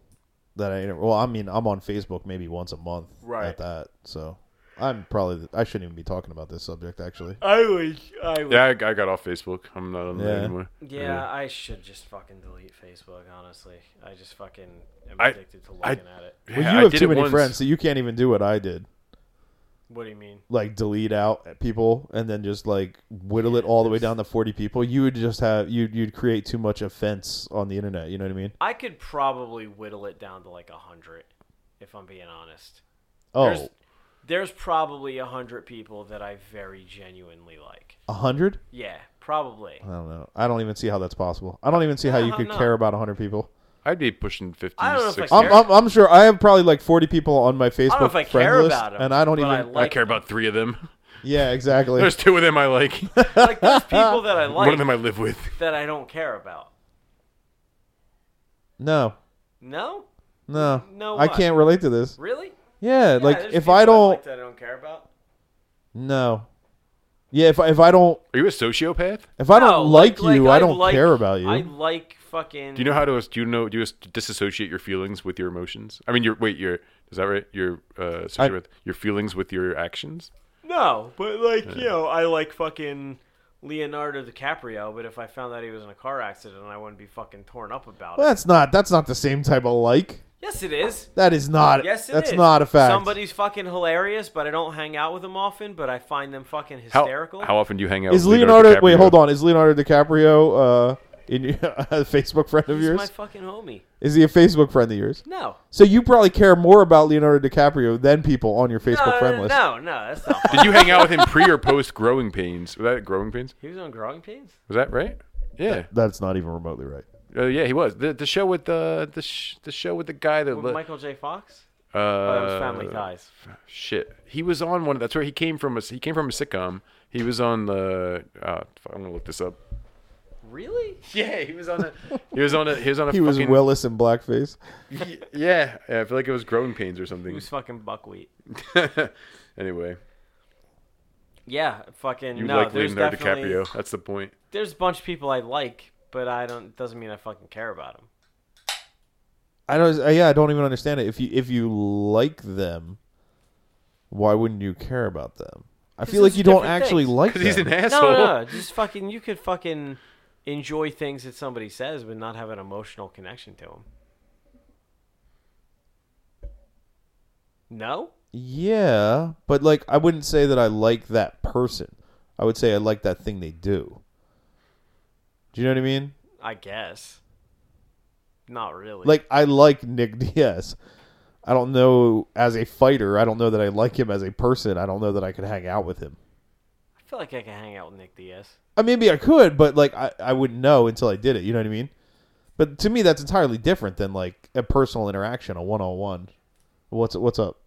Speaker 1: that I inter- well, I mean, I'm on Facebook maybe once a month
Speaker 3: Right.
Speaker 1: at that. So I'm probably the, I shouldn't even be talking about this subject actually.
Speaker 3: i would i would
Speaker 2: Yeah, I, I got off Facebook. I'm not on
Speaker 1: Yeah.
Speaker 2: there anymore.
Speaker 3: Yeah, I should just fucking delete Facebook, honestly. I just fucking am
Speaker 2: I-
Speaker 3: addicted to looking at it.
Speaker 2: Yeah,
Speaker 1: Well, you
Speaker 2: I
Speaker 1: have
Speaker 2: did
Speaker 1: too
Speaker 2: it
Speaker 1: many
Speaker 2: once.
Speaker 1: friends, so you can't even do what I did.
Speaker 3: What do you mean?
Speaker 1: Like delete out people and then just like whittle it all the way down to forty people. You would just have you you'd create too much offense on the internet. You know what I mean?
Speaker 3: I could probably whittle it down to like a hundred, if I'm being honest.
Speaker 1: Oh,
Speaker 3: There's, there's probably a hundred people that I very genuinely like.
Speaker 1: a hundred?
Speaker 3: Yeah, probably.
Speaker 1: I don't know. I don't even see how that's possible. I don't even see how you
Speaker 3: how
Speaker 1: could
Speaker 3: not?
Speaker 1: care about hundred people.
Speaker 2: I'd be pushing 50,
Speaker 3: I don't know if I
Speaker 2: 60.
Speaker 3: care.
Speaker 1: I'm, I'm, I'm sure I have probably like forty people on my Facebook
Speaker 3: I don't know if I
Speaker 1: friend
Speaker 3: care
Speaker 1: list,
Speaker 3: about them,
Speaker 1: and I don't
Speaker 3: but
Speaker 1: even.
Speaker 3: I
Speaker 2: I
Speaker 3: like
Speaker 2: care about three of them.
Speaker 1: yeah, exactly.
Speaker 2: There's two of them I like.
Speaker 3: like there's people that I
Speaker 2: One of
Speaker 3: like
Speaker 2: them I live with.
Speaker 3: that I don't care about.
Speaker 1: no,
Speaker 3: No,
Speaker 1: no,
Speaker 3: No,
Speaker 1: I
Speaker 3: what?
Speaker 1: can't relate to this.
Speaker 3: really?
Speaker 1: Yeah,
Speaker 3: Yeah,
Speaker 1: like
Speaker 3: there's
Speaker 1: if
Speaker 3: people
Speaker 1: I
Speaker 3: that
Speaker 1: don't,
Speaker 3: like that I don't care about.
Speaker 1: no, yeah, if I- if I don't,
Speaker 2: Are you a sociopath?
Speaker 1: if I
Speaker 3: No,
Speaker 1: don't like, you, I don't
Speaker 3: like-
Speaker 1: care about you.
Speaker 3: I like fucking.
Speaker 2: Do you know how to do you know do you disassociate your feelings with your emotions? I mean, your wait, your is that right? Your uh, sociopath, your feelings with your actions.
Speaker 3: No, but like you know, I like fucking Leonardo DiCaprio. But if I found out he was in a car accident, I wouldn't be fucking torn up about
Speaker 1: Well,
Speaker 3: it.
Speaker 1: that's not that's not the same type of like.
Speaker 3: Yes, it is.
Speaker 1: That is not.
Speaker 3: Yes, it
Speaker 1: that's
Speaker 3: is.
Speaker 1: not a fact.
Speaker 3: Somebody's fucking hilarious, but I don't hang out with them often. But I find them fucking
Speaker 2: How,
Speaker 3: hysterical.
Speaker 2: how often do you hang out?
Speaker 1: is
Speaker 2: with
Speaker 1: Leonardo? wait,
Speaker 2: DiCaprio?
Speaker 1: hold on. Is Leonardo DiCaprio uh, in your, a Facebook friend of
Speaker 3: He's
Speaker 1: yours?
Speaker 3: my fucking homie.
Speaker 1: is he a Facebook friend of yours?
Speaker 3: No.
Speaker 1: So you probably care more about Leonardo DiCaprio than people on your
Speaker 3: No,
Speaker 1: Facebook
Speaker 3: no,
Speaker 1: friend
Speaker 3: no,
Speaker 1: list.
Speaker 3: no, no, that's not. Funny.
Speaker 2: Did you hang out with him pre or post Growing Pains? Was that Growing Pains?
Speaker 3: He was on Growing Pains.
Speaker 2: Was that right? Yeah,
Speaker 1: That's not even remotely right.
Speaker 2: uh, yeah, he was. The, the show with the the, sh- the show with the guy that
Speaker 3: With
Speaker 2: li-
Speaker 3: Michael J. Fox.
Speaker 2: uh,
Speaker 3: Oh, that was Family Ties.
Speaker 2: Shit, he was on one. That's where he came from. A, he came from a sitcom. He was on the. Uh, fuck, I'm gonna look this up.
Speaker 3: Really?
Speaker 2: Yeah, he was on a. He was on a. He was on a.
Speaker 1: He was
Speaker 2: fucking,
Speaker 1: Willis in blackface.
Speaker 2: Yeah, yeah, I feel like it was growing pains or
Speaker 3: He
Speaker 2: something.
Speaker 3: was fucking buckwheat.
Speaker 2: anyway,
Speaker 3: Yeah, fucking.
Speaker 2: you
Speaker 3: no,
Speaker 2: like
Speaker 3: there's
Speaker 2: Leonardo
Speaker 3: definitely
Speaker 2: DiCaprio. That's the point.
Speaker 3: there's a bunch of people I like, but I don't. Doesn't mean I fucking care about them.
Speaker 1: I don't. uh, Yeah, I don't even understand it. If you if you like them, why wouldn't you care about them? I
Speaker 3: 'Cause
Speaker 1: feel like
Speaker 3: those
Speaker 1: you
Speaker 3: are
Speaker 1: don't
Speaker 3: different
Speaker 1: actually
Speaker 3: things.
Speaker 1: like them.
Speaker 2: Because he's an
Speaker 3: No,
Speaker 2: asshole.
Speaker 3: no, no, just fucking. You could fucking enjoy things that somebody says, but not have an emotional connection to them. No.
Speaker 1: yeah, but like I wouldn't say that I like that person. I would say I like that thing they do. Do you know what I mean?
Speaker 3: I guess. Not really.
Speaker 1: Like I like Nick Diaz. I don't know as a fighter. I don't know that I like him as a person. I don't know that I could hang out with him.
Speaker 3: I feel like I can hang out with Nick Diaz.
Speaker 1: I maybe I could, but like I, I wouldn't know until I did it. You know what I mean? But to me, that's entirely different than like a personal interaction, a one on one. What's what's up?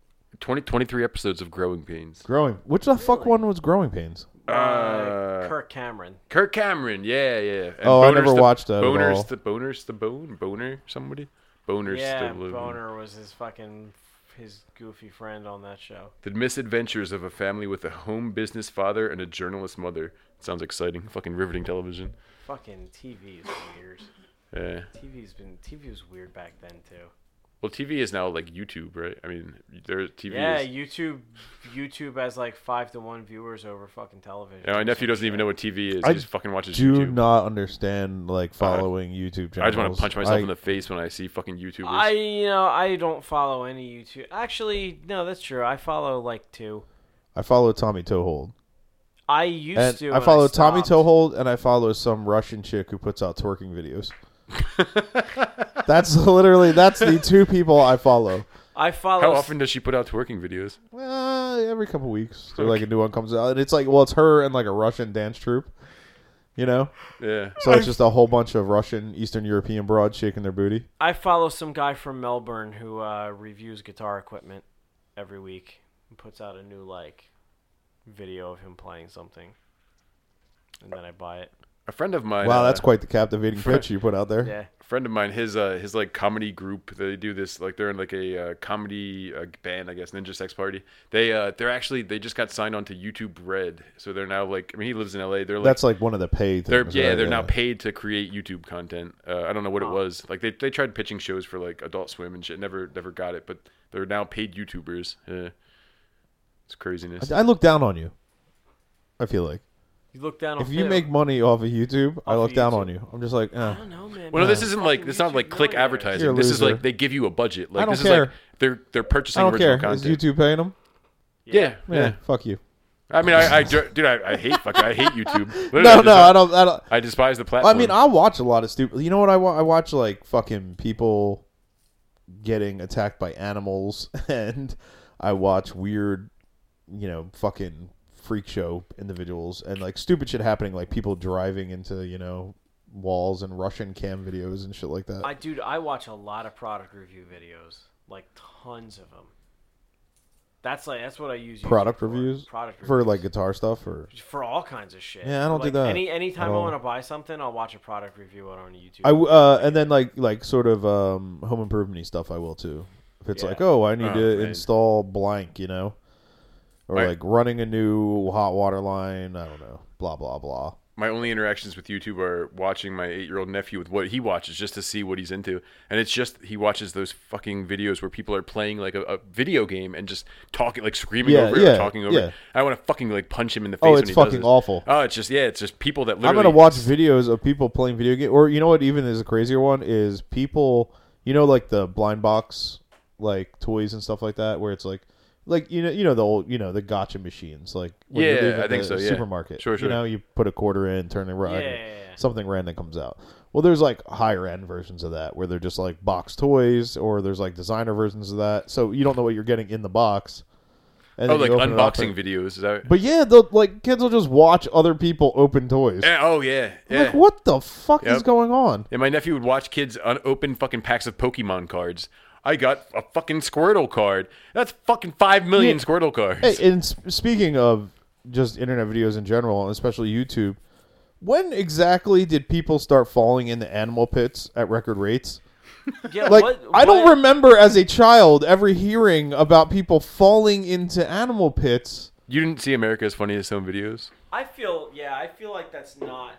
Speaker 2: 20, 23 episodes of Growing Pains.
Speaker 1: Growing. Which the fuck one was growing pains?
Speaker 3: Uh,
Speaker 2: Uh,
Speaker 3: Kirk Cameron.
Speaker 2: Kirk Cameron, yeah, yeah. And
Speaker 1: Oh, I
Speaker 2: Boner's
Speaker 1: never
Speaker 2: the-
Speaker 1: watched that at
Speaker 2: Boner's
Speaker 1: all.
Speaker 2: the Boner's the bone boner somebody. Boner's
Speaker 3: Yeah,
Speaker 2: the living.
Speaker 3: Boner was his fucking his goofy friend on that show.
Speaker 2: The misadventures of a family with a home business father and a journalist mother. Sounds exciting. Fucking riveting television.
Speaker 3: Fucking TV is weird.
Speaker 2: Yeah.
Speaker 3: TV's been TV was weird back then too.
Speaker 2: Well, TV is now like YouTube, right? I mean, there's TV.
Speaker 3: Yeah,
Speaker 2: is,
Speaker 3: YouTube YouTube has like five to one viewers over fucking television.
Speaker 2: Yeah, my
Speaker 3: or
Speaker 2: nephew
Speaker 3: some
Speaker 2: doesn't
Speaker 3: shit.
Speaker 2: even know what TV is.
Speaker 1: I
Speaker 2: he just fucking watches
Speaker 1: Do
Speaker 2: YouTube.
Speaker 1: not understand like following YouTube channels.
Speaker 2: I just want to punch myself
Speaker 1: I-
Speaker 2: in the face when I see fucking YouTubers.
Speaker 3: I you know I don't follow any YouTube. Actually, no, that's true. I follow like two.
Speaker 1: I follow Tommy Tohold.
Speaker 3: I used
Speaker 1: And
Speaker 3: to.
Speaker 1: I
Speaker 3: and
Speaker 1: follow Tommy
Speaker 3: stopped.
Speaker 1: Tohold, and I follow some Russian chick who puts out twerking videos. that's literally that's the two people I follow.
Speaker 3: I follow.
Speaker 2: How often does she put out twerking videos?
Speaker 1: Uh, every couple weeks, so, like a new one comes out, and it's like, well, it's her and like a Russian dance troupe, you know.
Speaker 2: Yeah.
Speaker 1: So it's just a whole bunch of Russian, Eastern European broads shaking their booty.
Speaker 3: I follow some guy from Melbourne who uh, reviews guitar equipment every week and puts out a new like video of him playing something, and then I buy it.
Speaker 2: A friend of mine.
Speaker 1: Wow,
Speaker 2: uh,
Speaker 1: that's quite the captivating pitch you put out there.
Speaker 3: Yeah.
Speaker 2: a friend of mine his uh his like comedy group they do this like they're in like a uh, comedy uh, band i guess ninja sex party they uh they're actually they just got signed on to youtube red so they're now like i mean he lives in la they're like
Speaker 1: That's like one of the pay things.
Speaker 2: they're yeah
Speaker 1: right?
Speaker 2: they're now paid to create youtube content uh, i don't know what it
Speaker 3: Huh.
Speaker 2: was like they, they tried pitching shows for like adult swim and shit never never got it but they're now paid youtubers yeah. it's craziness
Speaker 1: I, I look down on you. I feel like
Speaker 3: You look down.
Speaker 1: if
Speaker 3: on
Speaker 1: you
Speaker 3: Phil.
Speaker 1: make money off of YouTube, I
Speaker 3: Off
Speaker 1: look
Speaker 3: of
Speaker 1: down
Speaker 3: YouTube.
Speaker 1: on you. I'm just like, eh.
Speaker 3: I don't know, man.
Speaker 2: Well, no,
Speaker 3: They're
Speaker 2: this isn't like
Speaker 3: fucking
Speaker 2: it's not like
Speaker 3: YouTube
Speaker 2: click
Speaker 3: millionaires.
Speaker 1: You're
Speaker 2: advertising.
Speaker 1: a
Speaker 2: This is like
Speaker 1: loser.
Speaker 2: they give you a budget. Like
Speaker 1: I don't
Speaker 2: this is
Speaker 1: care.
Speaker 2: like they're they're purchasing
Speaker 1: I don't
Speaker 2: original
Speaker 1: care.
Speaker 2: content.
Speaker 1: Is YouTube paying them?
Speaker 2: Yeah,
Speaker 1: Yeah,
Speaker 2: yeah.
Speaker 1: fuck you.
Speaker 2: I mean, I, I dr- dude, I, I hate fucking, I hate YouTube. Literally,
Speaker 1: No,
Speaker 2: I
Speaker 1: no, I
Speaker 2: despise,
Speaker 1: don't. I don't.
Speaker 2: I despise the
Speaker 1: I
Speaker 2: platform.
Speaker 1: mean, I watch a lot of stupid. You know what I watch? I watch like fucking people getting attacked by animals, and I watch weird, you know, fucking freak show individuals, and like stupid shit happening, like people driving into you know walls and Russian cam videos and shit like that.
Speaker 3: I dude, I watch a lot of product review videos, like tons of them. That's like that's what I use. YouTube
Speaker 1: product
Speaker 3: for.
Speaker 1: reviews
Speaker 3: Product
Speaker 1: for
Speaker 3: reviews.
Speaker 1: like guitar stuff or.
Speaker 3: for all kinds of shit.
Speaker 1: Yeah, I don't do
Speaker 3: Like,
Speaker 1: that
Speaker 3: Any
Speaker 1: at
Speaker 3: anytime I
Speaker 1: all.
Speaker 3: want to buy something, I'll watch a product review on YouTube.
Speaker 1: I w- uh, and then like like sort of um, home improvement stuff I will too. If it's
Speaker 3: Yeah.
Speaker 1: like, oh, I need
Speaker 2: Oh,
Speaker 1: to
Speaker 2: man.
Speaker 1: install blank, you know, or
Speaker 2: Right.
Speaker 1: like running a new hot water line. I don't know, blah blah blah.
Speaker 2: my only interactions with YouTube are watching my eight-year-old nephew with what he watches, just to see what he's into. And it's just he watches those fucking videos where people are playing like a, a video game and just talking, like screaming
Speaker 1: Yeah,
Speaker 2: over it
Speaker 1: yeah,
Speaker 2: or talking over
Speaker 1: yeah.
Speaker 2: it. I want to fucking like punch him in the face.
Speaker 1: Oh,
Speaker 2: when
Speaker 1: it's
Speaker 2: he does
Speaker 1: fucking
Speaker 2: this.
Speaker 1: awful.
Speaker 2: Oh, it's just yeah, it's just people that
Speaker 1: I'm
Speaker 2: literally.
Speaker 1: gonna watch videos of people playing video game, or you know what? Even is a crazier one is people you know, like the blind box, like toys and stuff like that, where it's like, like you know, you know the old, you know, the gotcha machines, like when
Speaker 2: Yeah,
Speaker 1: leaving
Speaker 2: I think
Speaker 1: the
Speaker 2: so, yeah.
Speaker 1: Supermarket,
Speaker 2: Sure, sure.
Speaker 1: You know, you put a quarter in, turn the rug,
Speaker 3: Yeah, yeah, yeah.
Speaker 1: something random comes out. Well, there's like higher end versions of that where they're just like box toys, or there's like designer versions of that, so you don't know what you're getting in the box. And
Speaker 2: Oh,
Speaker 1: then
Speaker 2: like
Speaker 1: you open it up
Speaker 2: unboxing
Speaker 1: and-
Speaker 2: videos. Is that?
Speaker 1: But yeah, they'll like kids will just watch other people open toys.
Speaker 2: Yeah, oh yeah, yeah.
Speaker 1: Like, what the fuck is
Speaker 2: Yep.
Speaker 1: going on?
Speaker 2: And my nephew would watch kids unopen fucking packs of Pokemon cards. I got a fucking Squirtle card. That's fucking five million
Speaker 1: Yeah.
Speaker 2: Squirtle cards.
Speaker 1: Hey, and sp- speaking of just internet videos in general, and especially YouTube, when exactly did people start falling into animal pits at record rates?
Speaker 3: Yeah,
Speaker 1: Like,
Speaker 3: what-
Speaker 1: I don't
Speaker 3: what-
Speaker 1: remember as a child ever hearing about people falling into animal pits.
Speaker 2: You didn't see America's Funniest Home Videos?
Speaker 3: I feel yeah, I feel like that's not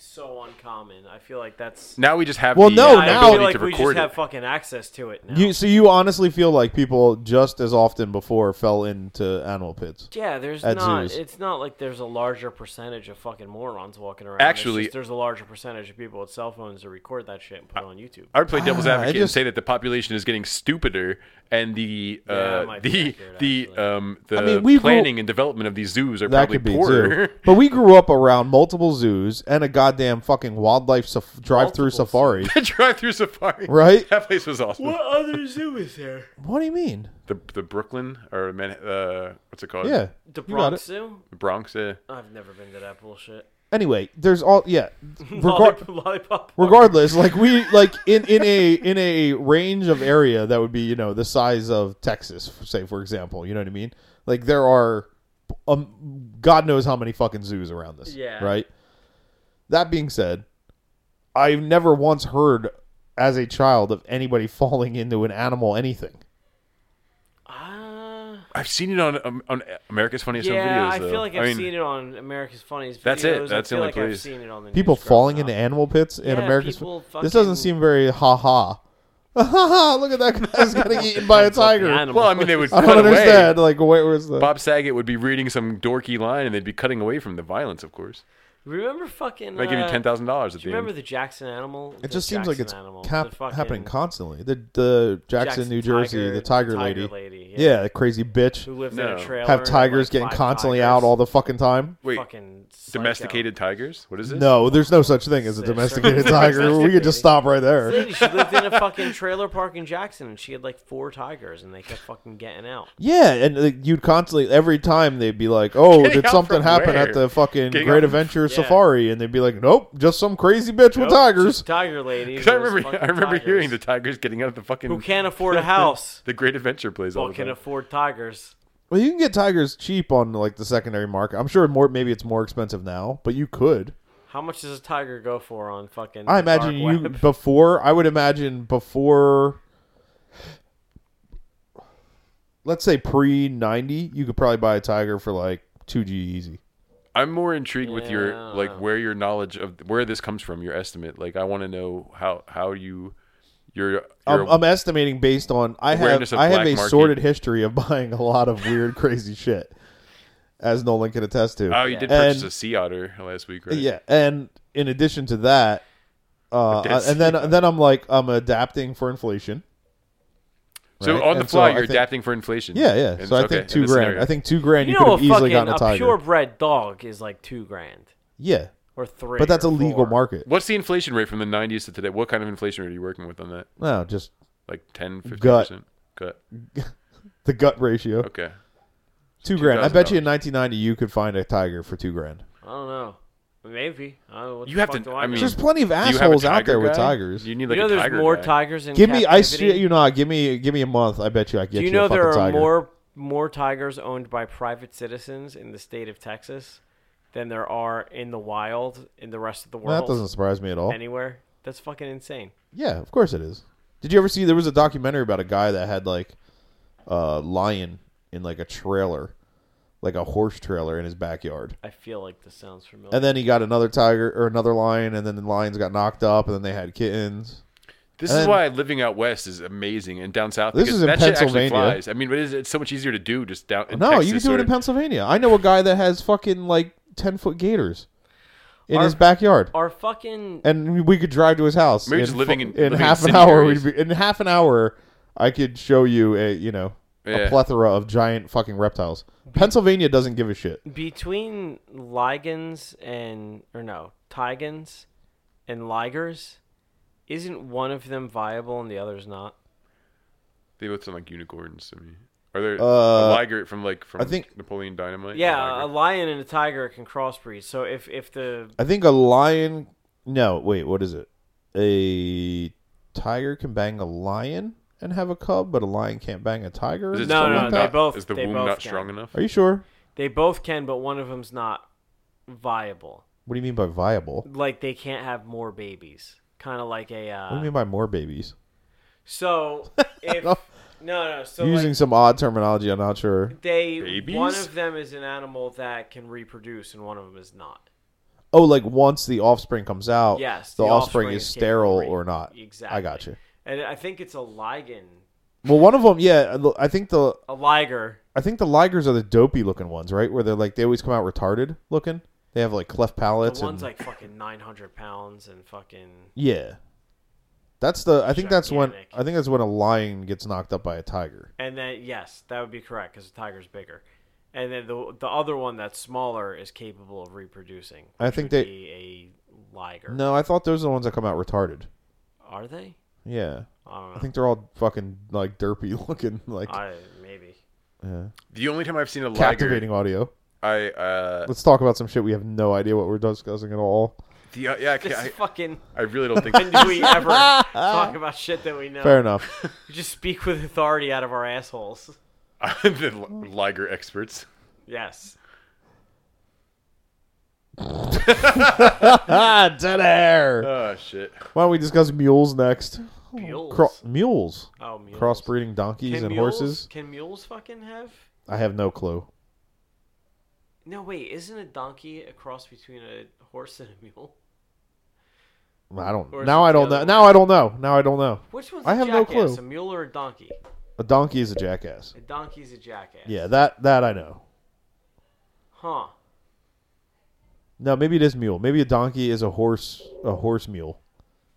Speaker 3: so uncommon. I feel like that's
Speaker 2: Now we just have
Speaker 1: Well,
Speaker 2: the uh,
Speaker 1: no,
Speaker 3: I
Speaker 1: now-
Speaker 2: ability
Speaker 3: feel like
Speaker 2: to
Speaker 3: we just
Speaker 2: record
Speaker 3: have
Speaker 2: it.
Speaker 3: fucking access to it now.
Speaker 1: You so you honestly feel like people just as often before fell into animal pits.
Speaker 3: yeah, there's
Speaker 1: at
Speaker 3: not.
Speaker 1: zoos.
Speaker 3: It's not like there's a larger percentage of fucking morons walking around. It's
Speaker 2: Actually-
Speaker 3: just there's a larger percentage of people with cell phones that record that shit and put it on YouTube.
Speaker 2: I would play devil's
Speaker 1: Ah, I
Speaker 2: advocate and
Speaker 1: just-
Speaker 2: say that the population is getting stupider, and the uh,
Speaker 3: Yeah, that might be
Speaker 2: the
Speaker 3: accurate,
Speaker 2: the
Speaker 3: actually.
Speaker 2: um, the
Speaker 1: mean, we grew-
Speaker 2: planning and development of these zoos are
Speaker 1: That
Speaker 2: probably
Speaker 1: could be
Speaker 2: poorer.
Speaker 1: too. But we grew up around multiple zoos and a goddamn fucking wildlife saf- drive-through
Speaker 3: Multiple
Speaker 1: safari.
Speaker 2: the drive-through safari,
Speaker 1: Right?
Speaker 2: That place was awesome.
Speaker 3: What other zoo is there?
Speaker 1: What do you mean?
Speaker 2: The the Brooklyn or Man, uh, what's it called?
Speaker 1: Yeah,
Speaker 3: The
Speaker 1: you got
Speaker 3: Bronx
Speaker 1: it.
Speaker 3: Zoo?
Speaker 2: the Bronx. Uh,
Speaker 3: I've never been to that bullshit.
Speaker 1: Anyway, there's all yeah. Regar-
Speaker 3: Lollipop. Lollipop.
Speaker 1: regardless, like we like in in a in a range of area that would be you know the size of Texas, say for example. You know what I mean? Like there are, um, God knows how many fucking zoos around this.
Speaker 3: Yeah.
Speaker 1: Right. That being said, I've never once heard as a child of anybody falling into an animal anything.
Speaker 3: Ah.
Speaker 2: I've seen it on um, on America's Funniest Home
Speaker 3: yeah,
Speaker 2: Videos.
Speaker 3: I feel
Speaker 2: though.
Speaker 3: like I've
Speaker 2: mean,
Speaker 3: seen it on America's Funniest
Speaker 2: That's it.
Speaker 3: Videos. I
Speaker 2: That's the
Speaker 3: feel
Speaker 2: only
Speaker 3: like I've
Speaker 2: place.
Speaker 3: seen it on the
Speaker 1: People
Speaker 3: news growing
Speaker 1: falling
Speaker 3: up.
Speaker 1: into animal pits in
Speaker 3: Yeah,
Speaker 1: America's.
Speaker 3: people
Speaker 1: This
Speaker 3: fucking-
Speaker 1: doesn't seem very ha ha. Ha ha! Look at that guy's getting eaten by a tiger.
Speaker 3: Animal.
Speaker 2: Well, I mean, they would
Speaker 1: I
Speaker 2: cut
Speaker 1: don't
Speaker 2: away.
Speaker 1: understand. Like, where was the?
Speaker 2: Bob Saget would be reading some dorky line, and they'd be cutting away from the violence. Of course,
Speaker 3: remember fucking.
Speaker 2: they give you
Speaker 3: uh,
Speaker 2: ten thousand dollars at
Speaker 3: Do
Speaker 2: the
Speaker 3: you remember
Speaker 2: end.
Speaker 3: the Jackson Animal?
Speaker 1: It just seems like it's
Speaker 3: animal.
Speaker 1: cap-
Speaker 3: The fucking
Speaker 1: happening constantly. The the Jackson,
Speaker 3: Jackson
Speaker 1: New Jersey,
Speaker 3: tiger-
Speaker 1: the tiger,
Speaker 3: tiger
Speaker 1: lady.
Speaker 3: lady,
Speaker 1: yeah.
Speaker 3: yeah.
Speaker 1: the crazy
Speaker 3: Who
Speaker 1: bitch.
Speaker 3: lived in
Speaker 2: No.
Speaker 3: a trailer?
Speaker 1: Have tigers getting constantly out all the fucking time.
Speaker 2: Wait,
Speaker 3: fucking psycho.
Speaker 2: domesticated tigers? What is this?
Speaker 1: No, there's no such thing as a
Speaker 3: There's
Speaker 1: domesticated
Speaker 3: certainly-
Speaker 1: tiger. We could just stop right there.
Speaker 3: Lady, she lived in a fucking trailer park in Jackson, and she had like four tigers, and they kept fucking getting out.
Speaker 1: Yeah, and like, you'd constantly every time they'd be like, "Oh,
Speaker 2: Getting
Speaker 1: did
Speaker 2: out
Speaker 1: something
Speaker 2: from
Speaker 1: happen
Speaker 2: where?
Speaker 1: at the fucking
Speaker 2: Getting out
Speaker 1: Great
Speaker 2: from-
Speaker 1: Adventure
Speaker 3: Yeah.
Speaker 1: Safari?" And they'd be like, "Nope, just some crazy bitch with
Speaker 3: Nope,
Speaker 1: tigers."
Speaker 3: just Tiger lady.
Speaker 2: Because I
Speaker 3: those
Speaker 2: remember,
Speaker 3: fucking
Speaker 2: I remember
Speaker 3: tigers.
Speaker 2: hearing the tigers getting out of the fucking.
Speaker 3: Who can't afford a house?
Speaker 2: The Great Adventure plays all
Speaker 3: Well,
Speaker 2: the
Speaker 3: can
Speaker 2: time.
Speaker 3: afford tigers.
Speaker 1: Well, you can get tigers cheap on like the secondary market. I'm sure more maybe it's more expensive now, but you could.
Speaker 3: How much does a tiger go for on fucking?
Speaker 1: I
Speaker 3: the
Speaker 1: imagine
Speaker 3: dark
Speaker 1: you
Speaker 3: web?
Speaker 1: before. I would imagine before. Let's say pre ninety, you could probably buy a tiger for like two G easy.
Speaker 2: I'm more intrigued with
Speaker 3: Yeah.
Speaker 2: your like where your knowledge of where this comes from. Your estimate, like I want to know how how you your your
Speaker 1: I'm, I'm estimating based on I
Speaker 2: Awareness
Speaker 1: have
Speaker 2: of
Speaker 1: I have
Speaker 2: black
Speaker 1: a
Speaker 2: market.
Speaker 1: sordid history of buying a lot of weird, crazy shit, as Nolan can attest to.
Speaker 2: oh you did
Speaker 1: And-
Speaker 2: purchase a sea otter last week, right?
Speaker 1: Yeah, and in addition to that, uh,
Speaker 2: dead
Speaker 1: and then
Speaker 2: sea.
Speaker 1: then I'm like I'm adapting for inflation.
Speaker 2: So
Speaker 1: Right?
Speaker 2: on the
Speaker 1: And so
Speaker 2: fly,
Speaker 1: I
Speaker 2: you're
Speaker 1: think-
Speaker 2: adapting for inflation.
Speaker 1: Yeah, yeah.
Speaker 2: And-
Speaker 1: so I
Speaker 2: okay, in
Speaker 1: think two
Speaker 2: this
Speaker 1: grand.
Speaker 2: scenario.
Speaker 1: I think two grand.
Speaker 3: You
Speaker 1: You,
Speaker 3: know,
Speaker 1: could
Speaker 3: a
Speaker 1: have easily
Speaker 3: fucking
Speaker 1: gotten a
Speaker 3: a,
Speaker 1: tiger.
Speaker 3: purebred dog is like two grand
Speaker 1: Yeah,
Speaker 3: or three.
Speaker 1: but that's a
Speaker 3: or
Speaker 1: legal
Speaker 3: four.
Speaker 1: market.
Speaker 2: What's the inflation rate from the 90s to today? What kind of inflation rate are you working with on that?
Speaker 1: No, just
Speaker 2: Like 10, 15
Speaker 1: Gut.
Speaker 2: percent. Gut.
Speaker 1: the gut ratio.
Speaker 2: Okay.
Speaker 1: Two grand. I bet you
Speaker 2: $2,000.
Speaker 1: in 1990 you could find a tiger for two grand.
Speaker 3: I don't know. Maybe. I don't know. What
Speaker 2: You
Speaker 3: the
Speaker 2: have
Speaker 3: fuck
Speaker 2: to-
Speaker 3: do
Speaker 2: I
Speaker 3: I know?
Speaker 2: mean-
Speaker 1: There's plenty of
Speaker 2: Do you have a
Speaker 1: assholes out
Speaker 2: tiger
Speaker 1: there with
Speaker 2: guy?
Speaker 1: tigers.
Speaker 2: You need like
Speaker 3: you know,
Speaker 2: a
Speaker 3: there's
Speaker 2: tiger
Speaker 3: more
Speaker 2: guy.
Speaker 3: tigers in
Speaker 1: give me, I
Speaker 3: captivity?
Speaker 1: shit you not. Give me, give me a month. I bet you I get
Speaker 3: Do
Speaker 1: you,
Speaker 3: you know
Speaker 1: a fucking
Speaker 3: there are
Speaker 1: tiger.
Speaker 3: more more tigers owned by private citizens in the state of Texas than there are in the wild in the rest of the
Speaker 1: Well,
Speaker 3: world?
Speaker 1: that doesn't surprise me at all.
Speaker 3: anywhere. That's fucking insane.
Speaker 1: Yeah, of course it is. Did you ever see there was a documentary about a guy that had like a lion in like a trailer, like a horse trailer in his backyard?
Speaker 3: I feel like this sounds familiar.
Speaker 1: And then he got another tiger or another lion, and then the lions got knocked up, and then they had kittens.
Speaker 2: This
Speaker 1: And
Speaker 2: is
Speaker 1: then-
Speaker 2: why living out west is amazing and down south.
Speaker 1: This
Speaker 2: because
Speaker 1: is in
Speaker 2: that shit actually
Speaker 1: Pennsylvania.
Speaker 2: Flies. I mean, but it's, it's so much easier to do just down. In
Speaker 1: no, you can
Speaker 2: Texas
Speaker 1: do it
Speaker 2: or-
Speaker 1: in Pennsylvania. I know a guy that has fucking like ten foot gators. in
Speaker 3: Our-
Speaker 1: his backyard,
Speaker 3: Our fucking
Speaker 1: and we could drive to his house.
Speaker 2: Maybe
Speaker 1: in
Speaker 2: just living
Speaker 1: fu-
Speaker 2: in-
Speaker 1: in,
Speaker 2: living in
Speaker 1: half an hour. We'd
Speaker 2: cineries.
Speaker 1: be, in half an hour, I could show you a you know
Speaker 2: Yeah.
Speaker 1: a plethora of giant fucking reptiles. Pennsylvania doesn't give a shit.
Speaker 3: between ligands and or no tigans and ligers, isn't one of them viable and the other's not?
Speaker 2: They both sound like unicorns to me. Are there a
Speaker 1: Uh,
Speaker 2: liger from like from
Speaker 1: I think-
Speaker 2: Napoleon Dynamite?
Speaker 3: Yeah, a
Speaker 2: liger?
Speaker 3: lion and a tiger can crossbreed. So if if the
Speaker 1: I think a lion. No, wait, what is it? A tiger can bang a lion and have a cub, but a lion can't bang a tiger. or
Speaker 2: Is it
Speaker 3: No,
Speaker 2: something
Speaker 1: something
Speaker 3: no,
Speaker 1: like
Speaker 3: they
Speaker 1: that?
Speaker 3: both-
Speaker 2: Is the
Speaker 3: they
Speaker 2: womb
Speaker 3: both
Speaker 2: not
Speaker 3: can.
Speaker 2: strong enough?
Speaker 1: Are you sure?
Speaker 3: they both can, but one of them's not viable.
Speaker 1: What do you mean by viable?
Speaker 3: Like they can't have more babies. Kind of like a
Speaker 1: What do you
Speaker 3: uh,
Speaker 1: mean by more babies?
Speaker 3: so if no
Speaker 1: don't-
Speaker 3: no so
Speaker 1: You're
Speaker 3: like,
Speaker 1: using some odd terminology. I'm not sure.
Speaker 3: they one
Speaker 2: Babies?
Speaker 3: of them is an animal that can reproduce and one of them is not.
Speaker 1: Oh, like once the offspring comes out,
Speaker 3: Yes,
Speaker 1: the,
Speaker 3: the
Speaker 1: offspring,
Speaker 3: offspring
Speaker 1: is
Speaker 3: is
Speaker 1: sterile
Speaker 3: capable
Speaker 1: or
Speaker 3: of-
Speaker 1: not. I got
Speaker 3: Exactly.
Speaker 1: you.
Speaker 3: And I think it's a ligan,
Speaker 1: Well, one of them, yeah. I think the
Speaker 3: a liger.
Speaker 1: I think the ligers are the dopey looking ones, right? Where they're like they always come out retarded looking. They have like cleft
Speaker 3: The
Speaker 1: palates. and,
Speaker 3: one's like fucking 900 pounds and fucking.
Speaker 1: yeah. That's the. I think that's when.
Speaker 3: Gigantic.
Speaker 1: I think that's when a lion gets knocked up by a tiger.
Speaker 3: And then, yes, that would be correct because the tiger's bigger. And then the, the other one that's smaller is capable of reproducing.
Speaker 1: I
Speaker 3: which
Speaker 1: think
Speaker 3: would
Speaker 1: they-
Speaker 3: Be a liger.
Speaker 1: No, I thought those are the ones that come out retarded.
Speaker 3: Are they?
Speaker 1: Yeah,
Speaker 3: I don't know.
Speaker 1: I think they're all fucking like derpy looking, like
Speaker 3: I, maybe.
Speaker 1: yeah.
Speaker 2: The only time I've seen a liger,
Speaker 1: captivating audio.
Speaker 2: I uh,
Speaker 1: Let's talk about some shit we have no idea what we're discussing at all.
Speaker 2: the, uh yeah, I,
Speaker 3: This
Speaker 2: can't- I,
Speaker 3: fucking.
Speaker 2: I really don't think.
Speaker 3: When do we ever talk about shit that we know?
Speaker 1: Fair enough.
Speaker 3: We just speak with authority out of our assholes.
Speaker 2: I'm the li- liger experts.
Speaker 3: Yes.
Speaker 1: ah, dead air.
Speaker 2: Oh shit!
Speaker 1: Why don't we discuss mules next?
Speaker 3: Mules.
Speaker 1: Cro- mules.
Speaker 3: oh, mules.
Speaker 1: Crossbreeding donkeys
Speaker 3: Can
Speaker 1: and
Speaker 3: mules-
Speaker 1: horses.
Speaker 3: Can mules fucking have?
Speaker 1: I have no clue.
Speaker 3: No, wait. Isn't a donkey a cross between a horse and a mule?
Speaker 1: I don't.
Speaker 3: Or is
Speaker 1: now
Speaker 3: it
Speaker 1: I
Speaker 3: the
Speaker 1: don't
Speaker 3: other
Speaker 1: know.
Speaker 3: way?
Speaker 1: Now I don't know. Now I don't know.
Speaker 3: Which one's a
Speaker 1: I have no
Speaker 3: jackass?
Speaker 1: clue.
Speaker 3: A mule or a donkey?
Speaker 1: A donkey is a jackass.
Speaker 3: A donkey's a jackass.
Speaker 1: Yeah, that that I know.
Speaker 3: Huh.
Speaker 1: No, maybe it is mule. Maybe a donkey is a horse. A horse mule.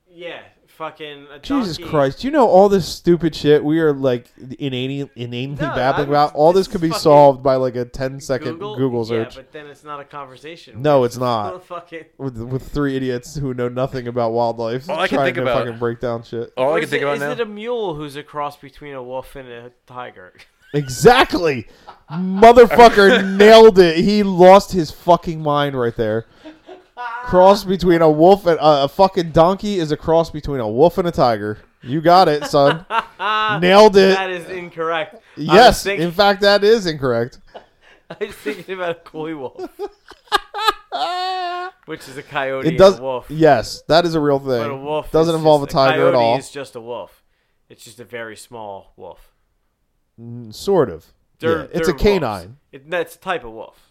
Speaker 3: Yeah. Fucking. A
Speaker 1: Jesus
Speaker 3: donkey-
Speaker 1: Christ! You know all this stupid shit we are like inanely, inanely
Speaker 3: No,
Speaker 1: babbling
Speaker 3: I'm-
Speaker 1: about. All
Speaker 3: this
Speaker 1: this could
Speaker 3: is
Speaker 1: be
Speaker 3: fucking-
Speaker 1: solved by like a 10 second Google, search
Speaker 3: Yeah, but then it's not a conversation.
Speaker 1: No,
Speaker 3: We're
Speaker 1: it's not.
Speaker 3: still Fucking.
Speaker 1: with, with three idiots who know nothing about wildlife
Speaker 2: All I can
Speaker 1: trying
Speaker 2: think
Speaker 1: to
Speaker 2: about-
Speaker 1: fucking break down shit.
Speaker 2: All
Speaker 3: Or
Speaker 2: I
Speaker 3: is
Speaker 2: can think
Speaker 3: it-
Speaker 2: about
Speaker 3: is
Speaker 2: now.
Speaker 3: it a mule who's a cross between a wolf and a tiger?
Speaker 1: Exactly. Motherfucker nailed it. He lost his fucking mind right there. Cross between a wolf and uh, a fucking donkey is a cross between a wolf and a tiger. You got it, son. nailed it.
Speaker 3: that is incorrect. I was
Speaker 1: yes.
Speaker 3: thinking-
Speaker 1: In fact, that is incorrect.
Speaker 3: I was thinking about a koi wolf, which is a coyote
Speaker 1: It does.
Speaker 3: and a wolf.
Speaker 1: Yes, that is a real thing.
Speaker 3: But a wolf
Speaker 1: Doesn't
Speaker 3: is
Speaker 1: involve a
Speaker 3: just-
Speaker 1: tiger at
Speaker 3: coyote
Speaker 1: all.
Speaker 3: It's just a wolf. It's just a very small wolf.
Speaker 1: Mm, Sort of.
Speaker 3: They're,
Speaker 1: Yeah, it's
Speaker 3: they're
Speaker 1: a
Speaker 3: wolves.
Speaker 1: canine.
Speaker 3: It, that's a type of wolf.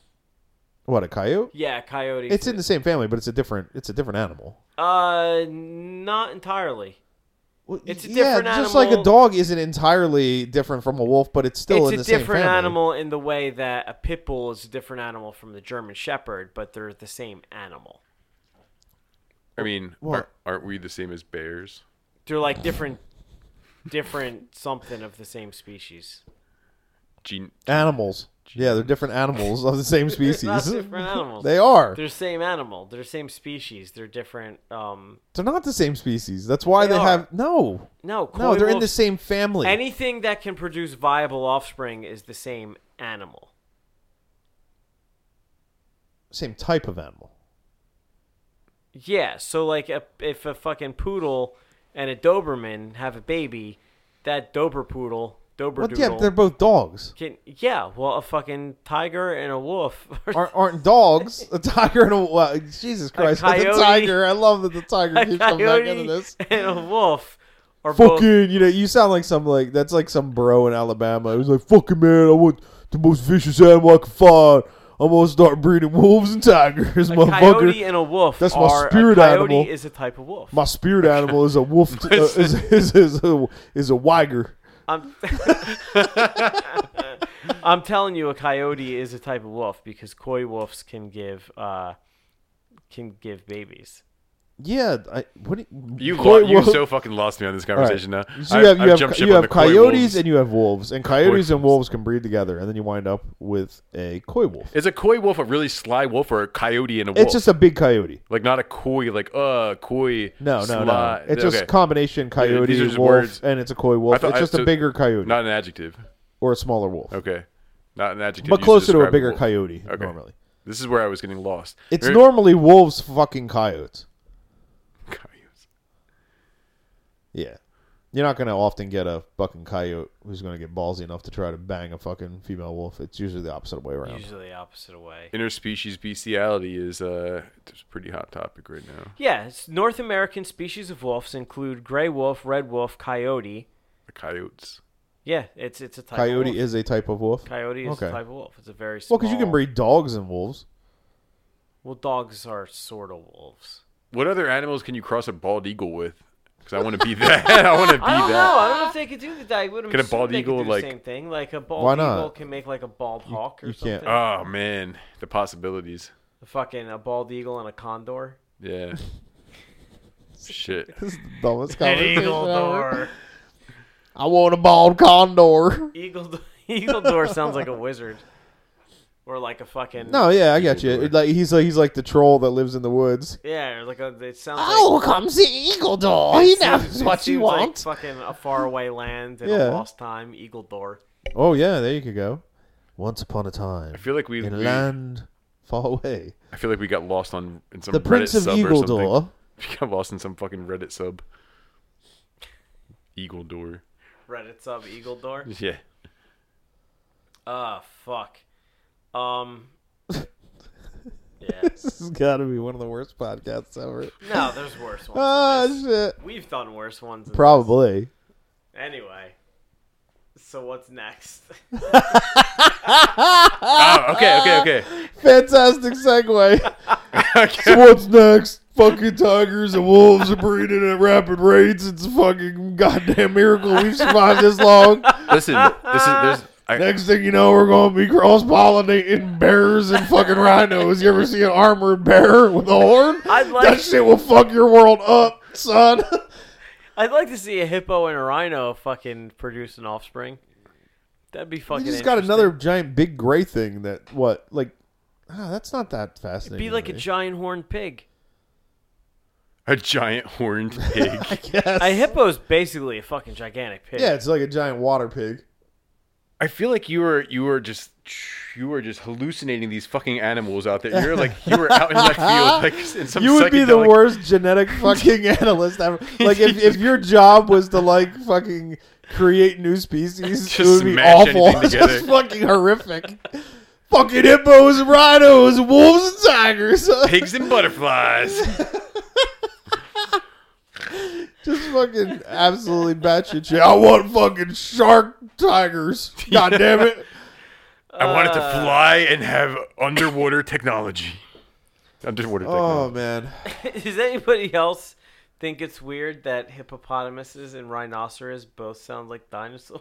Speaker 1: What a coyote.
Speaker 3: Yeah, coyote.
Speaker 1: It's in the same family, but it's a different. It's a different animal.
Speaker 3: uh, not entirely.
Speaker 1: Well,
Speaker 3: It's a
Speaker 1: yeah,
Speaker 3: different
Speaker 1: just like a
Speaker 3: animal.
Speaker 1: dog isn't entirely different from a wolf, but it's still in
Speaker 3: it's
Speaker 1: the same
Speaker 3: a different
Speaker 1: family.
Speaker 3: animal in the way that a pit bull is a different animal from the German Shepherd, but they're the same animal.
Speaker 2: I mean,
Speaker 1: What?
Speaker 2: aren't, aren't we the same as bears?
Speaker 3: They're like different, different something of the same species.
Speaker 2: Gene,
Speaker 1: Animals. Yeah, they're different animals of the same species.
Speaker 3: Not different animals.
Speaker 1: They are.
Speaker 3: They're same animal. They're same species. They're different. Um,
Speaker 1: They're not the same species. That's why
Speaker 3: They
Speaker 1: they,
Speaker 3: are.
Speaker 1: have no.
Speaker 3: no, koi
Speaker 1: No, they're in the
Speaker 3: wolves-
Speaker 1: same family.
Speaker 3: Anything that can produce viable offspring is the same animal.
Speaker 1: same type of animal.
Speaker 3: Yeah, so like a, if a fucking poodle and a Doberman have a baby, that Dober poodle, Dober
Speaker 1: Well, yeah,
Speaker 3: doodle,
Speaker 1: they're both dogs.
Speaker 3: can yeah, well a fucking tiger and a wolf. are-
Speaker 1: Aren't, aren't dogs a tiger and a well, Jesus Christ? but The
Speaker 3: coyote-
Speaker 1: tiger. I love that the tiger
Speaker 3: a
Speaker 1: keeps coming back into
Speaker 3: coyote
Speaker 1: this.
Speaker 3: and a wolf are both
Speaker 1: Fucking, you know, you sound like some like that's like some bro in Alabama who's like, "Fucking man, I want the most vicious animal I can find. I'm gonna start breeding wolves and tigers,
Speaker 3: a
Speaker 1: motherfucker.
Speaker 3: coyote and a wolf.
Speaker 1: That's my
Speaker 3: are,
Speaker 1: spirit
Speaker 3: a coyote
Speaker 1: animal.
Speaker 3: is a type of wolf.
Speaker 1: My spirit animal is a wolf. t- uh, is is is a, is a wiger.
Speaker 3: I'm, I'm telling you, a coyote is a type of wolf because coy wolves can give uh, can give babies.
Speaker 1: Yeah, I, what do you,
Speaker 2: You lo-
Speaker 1: Coy-
Speaker 2: you
Speaker 1: whoa.
Speaker 2: so fucking lost me on this
Speaker 1: All right.
Speaker 2: conversation now.
Speaker 1: So
Speaker 2: I've-
Speaker 1: you have
Speaker 2: I've
Speaker 1: you have
Speaker 2: jumped ship
Speaker 1: you
Speaker 2: on the
Speaker 1: have
Speaker 2: Coy
Speaker 1: coyotes
Speaker 2: wolves.
Speaker 1: and you have wolves, and coyotes and
Speaker 2: wolves.
Speaker 1: wolves can breed together, and then you wind up with a coy wolf.
Speaker 2: Is a coy wolf a really sly wolf or a coyote and a wolf?
Speaker 1: It's just a big coyote.
Speaker 2: like not a coy, like uh coy.
Speaker 1: No, no,
Speaker 2: sly.
Speaker 1: no. It's just
Speaker 2: Okay.
Speaker 1: combination coyote
Speaker 2: these are just
Speaker 1: wolf,
Speaker 2: words.
Speaker 1: and it's a coy wolf.
Speaker 2: I thought-
Speaker 1: it's just
Speaker 2: I-
Speaker 1: a
Speaker 2: so-
Speaker 1: bigger coyote
Speaker 2: not an adjective.
Speaker 1: or a smaller wolf,
Speaker 2: Okay, not an adjective.
Speaker 1: but
Speaker 2: used
Speaker 1: closer to a
Speaker 2: describe
Speaker 1: bigger
Speaker 2: wolf.
Speaker 1: coyote
Speaker 2: Okay.
Speaker 1: normally.
Speaker 2: This is where I was getting lost.
Speaker 1: It's
Speaker 2: Remember-
Speaker 1: normally wolves fucking coyotes.
Speaker 2: Coyotes.
Speaker 1: Yeah. You're not going to often get a fucking coyote who's going to get ballsy enough to try to bang a fucking female wolf. It's usually the opposite way around.
Speaker 3: Usually opposite way.
Speaker 2: Interspecies bestiality is uh, it's a pretty hot topic right now.
Speaker 3: Yeah, it's North American species of wolves include gray wolf, red wolf, coyote.
Speaker 2: The coyotes.
Speaker 3: Yeah, it's it's a type
Speaker 1: Coyote
Speaker 3: of wolf.
Speaker 1: is a type of wolf.
Speaker 3: coyote is
Speaker 1: okay.
Speaker 3: a type of wolf. It's a very small.
Speaker 1: Well, because you can breed dogs and wolves.
Speaker 3: Well, dogs are sort of wolves.
Speaker 2: What other animals can you cross a bald eagle with? Because I want to be that. I want to be
Speaker 3: I don't know.
Speaker 2: that.
Speaker 3: Oh, I don't know if they could do the that. I wouldn't
Speaker 2: Can a
Speaker 3: assume
Speaker 2: bald
Speaker 3: they could
Speaker 2: eagle,
Speaker 3: do the
Speaker 2: like-
Speaker 3: same thing? Like a bald
Speaker 1: Why not?
Speaker 3: eagle can make like a bald hawk or
Speaker 1: you
Speaker 3: something.
Speaker 1: can't-
Speaker 2: Oh man, the possibilities.
Speaker 3: A fucking a bald eagle and a condor.
Speaker 2: Yeah. Shit.
Speaker 1: This is the dumbest conversation ever.
Speaker 3: door.
Speaker 1: I want a bald condor.
Speaker 3: Eagle eagle door sounds like a wizard, or like a fucking
Speaker 1: No, yeah, I got you.
Speaker 2: Eagledor.
Speaker 1: It, like he's like he's like the troll that lives in the woods.
Speaker 3: Yeah, or like a, it sounds. like,
Speaker 1: Oh, comes the eagle door. He knows
Speaker 3: It
Speaker 1: what you
Speaker 3: seems like
Speaker 1: want.
Speaker 3: fucking a faraway land and
Speaker 1: Yeah.
Speaker 3: a lost time eagle door.
Speaker 1: Oh yeah, there you could go. Once upon a time,
Speaker 2: I feel like we,
Speaker 1: in a
Speaker 2: we-
Speaker 1: land far away,
Speaker 2: I feel like we got lost on in some
Speaker 1: the
Speaker 2: Reddit
Speaker 1: Prince of
Speaker 2: sub or something.
Speaker 1: Eagledor.
Speaker 2: We got lost in some fucking Reddit sub. Eagle door.
Speaker 3: Reddit sub eagle door.
Speaker 2: Yeah.
Speaker 3: Ah, fuck. Um. Yeah.
Speaker 1: This has got to be one of the worst podcasts ever.
Speaker 3: No, there's worse ones.
Speaker 1: Ah,
Speaker 3: than this.
Speaker 1: shit.
Speaker 3: We've done worse ones. than
Speaker 1: Probably.
Speaker 3: this. Anyway. So what's next?
Speaker 1: Ah!
Speaker 2: Oh, okay, okay, okay.
Speaker 1: Fantastic segue. so what's next? Fucking tigers and wolves are breeding at rapid rates. It's a fucking goddamn miracle we've survived this long.
Speaker 2: Listen, this is there's. I,
Speaker 1: Next thing you know, we're going to be cross pollinating bears and fucking rhinos. You ever see an armored bear with a horn?
Speaker 3: I'd like-
Speaker 1: that shit will fuck your world up, son.
Speaker 3: I'd like to see a hippo and a rhino fucking produce an offspring. That'd be
Speaker 1: You
Speaker 3: fucking.
Speaker 1: just got
Speaker 3: interesting.
Speaker 1: another giant big gray thing that, what, like, ah, that's not that fascinating.
Speaker 3: Be
Speaker 1: to
Speaker 3: like a
Speaker 1: me.
Speaker 3: giant horned pig.
Speaker 2: a giant horned pig.
Speaker 1: I guess.
Speaker 3: A hippo's basically a fucking gigantic pig.
Speaker 1: Yeah, it's like a giant water pig.
Speaker 2: I feel like you were you were just you were just hallucinating these fucking animals out there. You're like you were out in left field, like in some.
Speaker 1: Uh-huh. You would be the
Speaker 2: psychedelic-
Speaker 1: worst genetic fucking analyst ever. Like if, if your job was to like fucking create new species, it
Speaker 2: Just
Speaker 1: would be
Speaker 2: smash
Speaker 1: awful.
Speaker 2: anything
Speaker 1: It's
Speaker 2: together.
Speaker 1: just fucking horrific. fucking hippos, and rhinos, wolves, and tigers.
Speaker 2: Pigs and butterflies.
Speaker 1: just fucking absolutely batshit shit. I want fucking shark tigers. God damn it.
Speaker 2: I wanted to
Speaker 1: Uh.
Speaker 2: fly and have underwater technology. Underwater
Speaker 1: Oh
Speaker 2: technology.
Speaker 1: man.
Speaker 3: Does anybody else think it's weird that hippopotamuses and rhinoceros both sound like dinosaurs?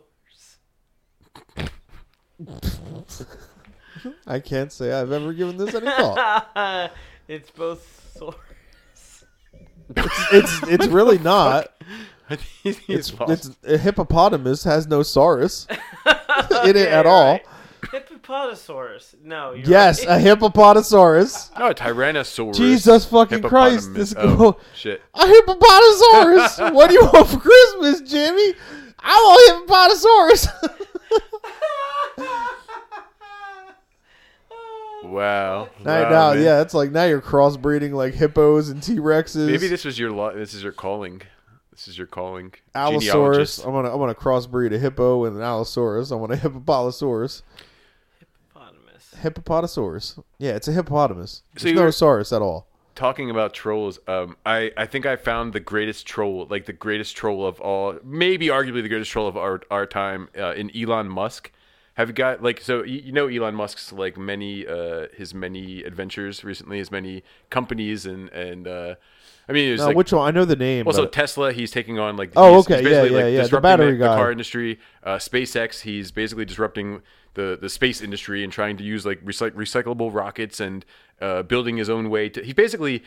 Speaker 1: I can't say I've ever given this any thought. Oh.
Speaker 3: it's both sor-
Speaker 1: It's it's really not.
Speaker 2: it's,
Speaker 1: It's, it's a hippopotamus has no saurus in it at all.
Speaker 3: right. Hippopotosaurus. No. You're
Speaker 1: Yes, a
Speaker 3: right.
Speaker 1: hippopotasaurus.
Speaker 2: no, a Tyrannosaurus.
Speaker 1: Jesus fucking Christ! This
Speaker 2: oh, shit.
Speaker 1: a hippopotasaurus. what do you want for Christmas, Jimmy? I want hippopotasaurus.
Speaker 2: Wow.
Speaker 1: now,
Speaker 2: Wow,
Speaker 1: now
Speaker 2: man.
Speaker 1: yeah, it's like now you're crossbreeding like hippos and T Rexes.
Speaker 2: Maybe this was your lo- this is your calling. This is your calling.
Speaker 1: Allosaurus.
Speaker 2: Genealogist.
Speaker 1: I'm gonna I'm gonna crossbreed a hippo and an Allosaurus. I want a hippopotasaurus.
Speaker 3: Hippopotamus.
Speaker 1: Hippopotasaurus. Yeah, it's a hippopotamus. There's
Speaker 2: you
Speaker 1: no
Speaker 2: were-
Speaker 1: saurus at all.
Speaker 2: Talking about trolls, um, I, I think I found the greatest troll, like the greatest troll of all, maybe arguably the greatest troll of our, our time, uh, in Elon Musk. Have you got like so you you know Elon Musk's like many uh his many adventures recently, his many companies and and uh I mean it was
Speaker 1: Now,
Speaker 2: like
Speaker 1: which one? I know the name.
Speaker 2: also
Speaker 1: but-
Speaker 2: Tesla, he's taking on like
Speaker 1: Oh,
Speaker 2: he's-
Speaker 1: okay,
Speaker 2: he's
Speaker 1: yeah,
Speaker 2: basically,
Speaker 1: yeah, yeah, the
Speaker 2: disrupting
Speaker 1: battery guy.
Speaker 2: car industry, uh, SpaceX, he's basically disrupting the the space industry and trying to use like recyc- recyclable rockets and uh, building his own way to. He basically.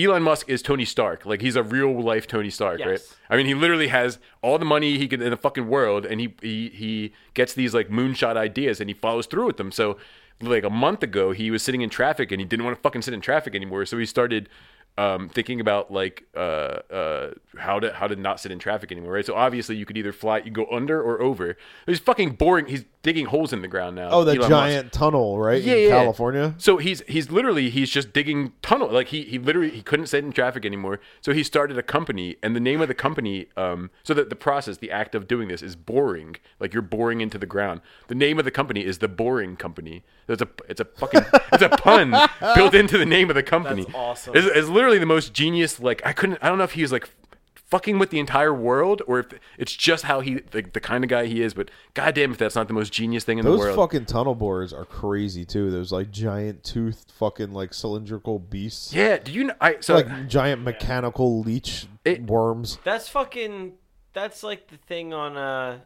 Speaker 2: Elon Musk is Tony Stark. Like he's a real life Tony Stark,
Speaker 3: Yes.
Speaker 2: right? I mean, he literally has all the money he could in the fucking world, and he he he gets these like moonshot ideas, and he follows through with them. So, like a month ago, he was sitting in traffic, and he didn't want to fucking sit in traffic anymore. So he started um, thinking about like uh, uh, how to how to not sit in traffic anymore, right? So obviously, you could either fly, you go under or over. He's fucking boring. He's digging holes in the ground now.
Speaker 1: Oh, that
Speaker 2: Elon Musk.
Speaker 1: giant tunnel, right?
Speaker 2: Yeah,
Speaker 1: in
Speaker 2: yeah.
Speaker 1: California.
Speaker 2: So he's he's literally he's just digging tunnel. Like he he literally he couldn't sit in traffic anymore. So he started a company, and the name of the company. Um, so that the process, the act of doing this is boring. Like you're boring into the ground. The name of the company is the Boring Company. That's a it's a fucking it's a pun built into the name of the company.
Speaker 3: That's awesome.
Speaker 2: It's, it's literally the most genius. Like I couldn't. I don't know if he was like fucking with the entire world or if it's just how he like the kind of guy he is. But goddamn, if that's not the most genius thing in
Speaker 1: Those
Speaker 2: the world.
Speaker 1: fucking tunnel boards are crazy too. Those like giant toothed fucking like cylindrical beasts.
Speaker 2: yeah, do you know? I so
Speaker 1: Like giant mechanical leech
Speaker 2: It-
Speaker 1: worms.
Speaker 3: That's fucking. That's like the thing on uh,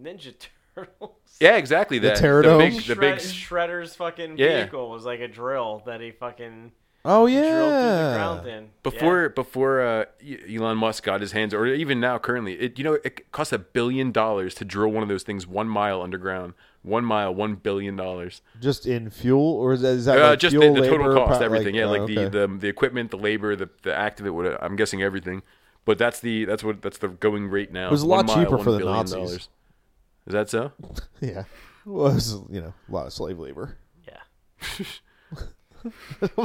Speaker 3: Ninja Turtles.
Speaker 2: Yeah, exactly. That the
Speaker 1: pterodome?
Speaker 2: big, the
Speaker 3: Shred-
Speaker 2: big.
Speaker 3: Shredder's fucking
Speaker 2: Yeah.
Speaker 3: vehicle was like a drill that he fucking
Speaker 1: Oh
Speaker 3: drilled through the ground
Speaker 1: yeah.
Speaker 3: in.
Speaker 2: Before before uh, E- Elon Musk got his hands, or even now currently, it you know it costs a billion dollars to drill one of those things one mile underground. One mile, one billion dollars.
Speaker 1: Just in fuel, or is that, is that
Speaker 2: Uh,
Speaker 1: like
Speaker 2: just the,
Speaker 1: fuel,
Speaker 2: the total
Speaker 1: labor,
Speaker 2: cost,
Speaker 1: pro-
Speaker 2: everything. yeah,
Speaker 1: oh,
Speaker 2: like
Speaker 1: okay.
Speaker 2: the, the the equipment, the labor, the the act of it. What I'm guessing everything. But that's the that's what that's the going rate now. It
Speaker 1: was a lot cheaper for the Nazis.
Speaker 2: Dollars. Is that so?
Speaker 1: yeah. Well, it was you know a lot of slave labor.
Speaker 3: Yeah.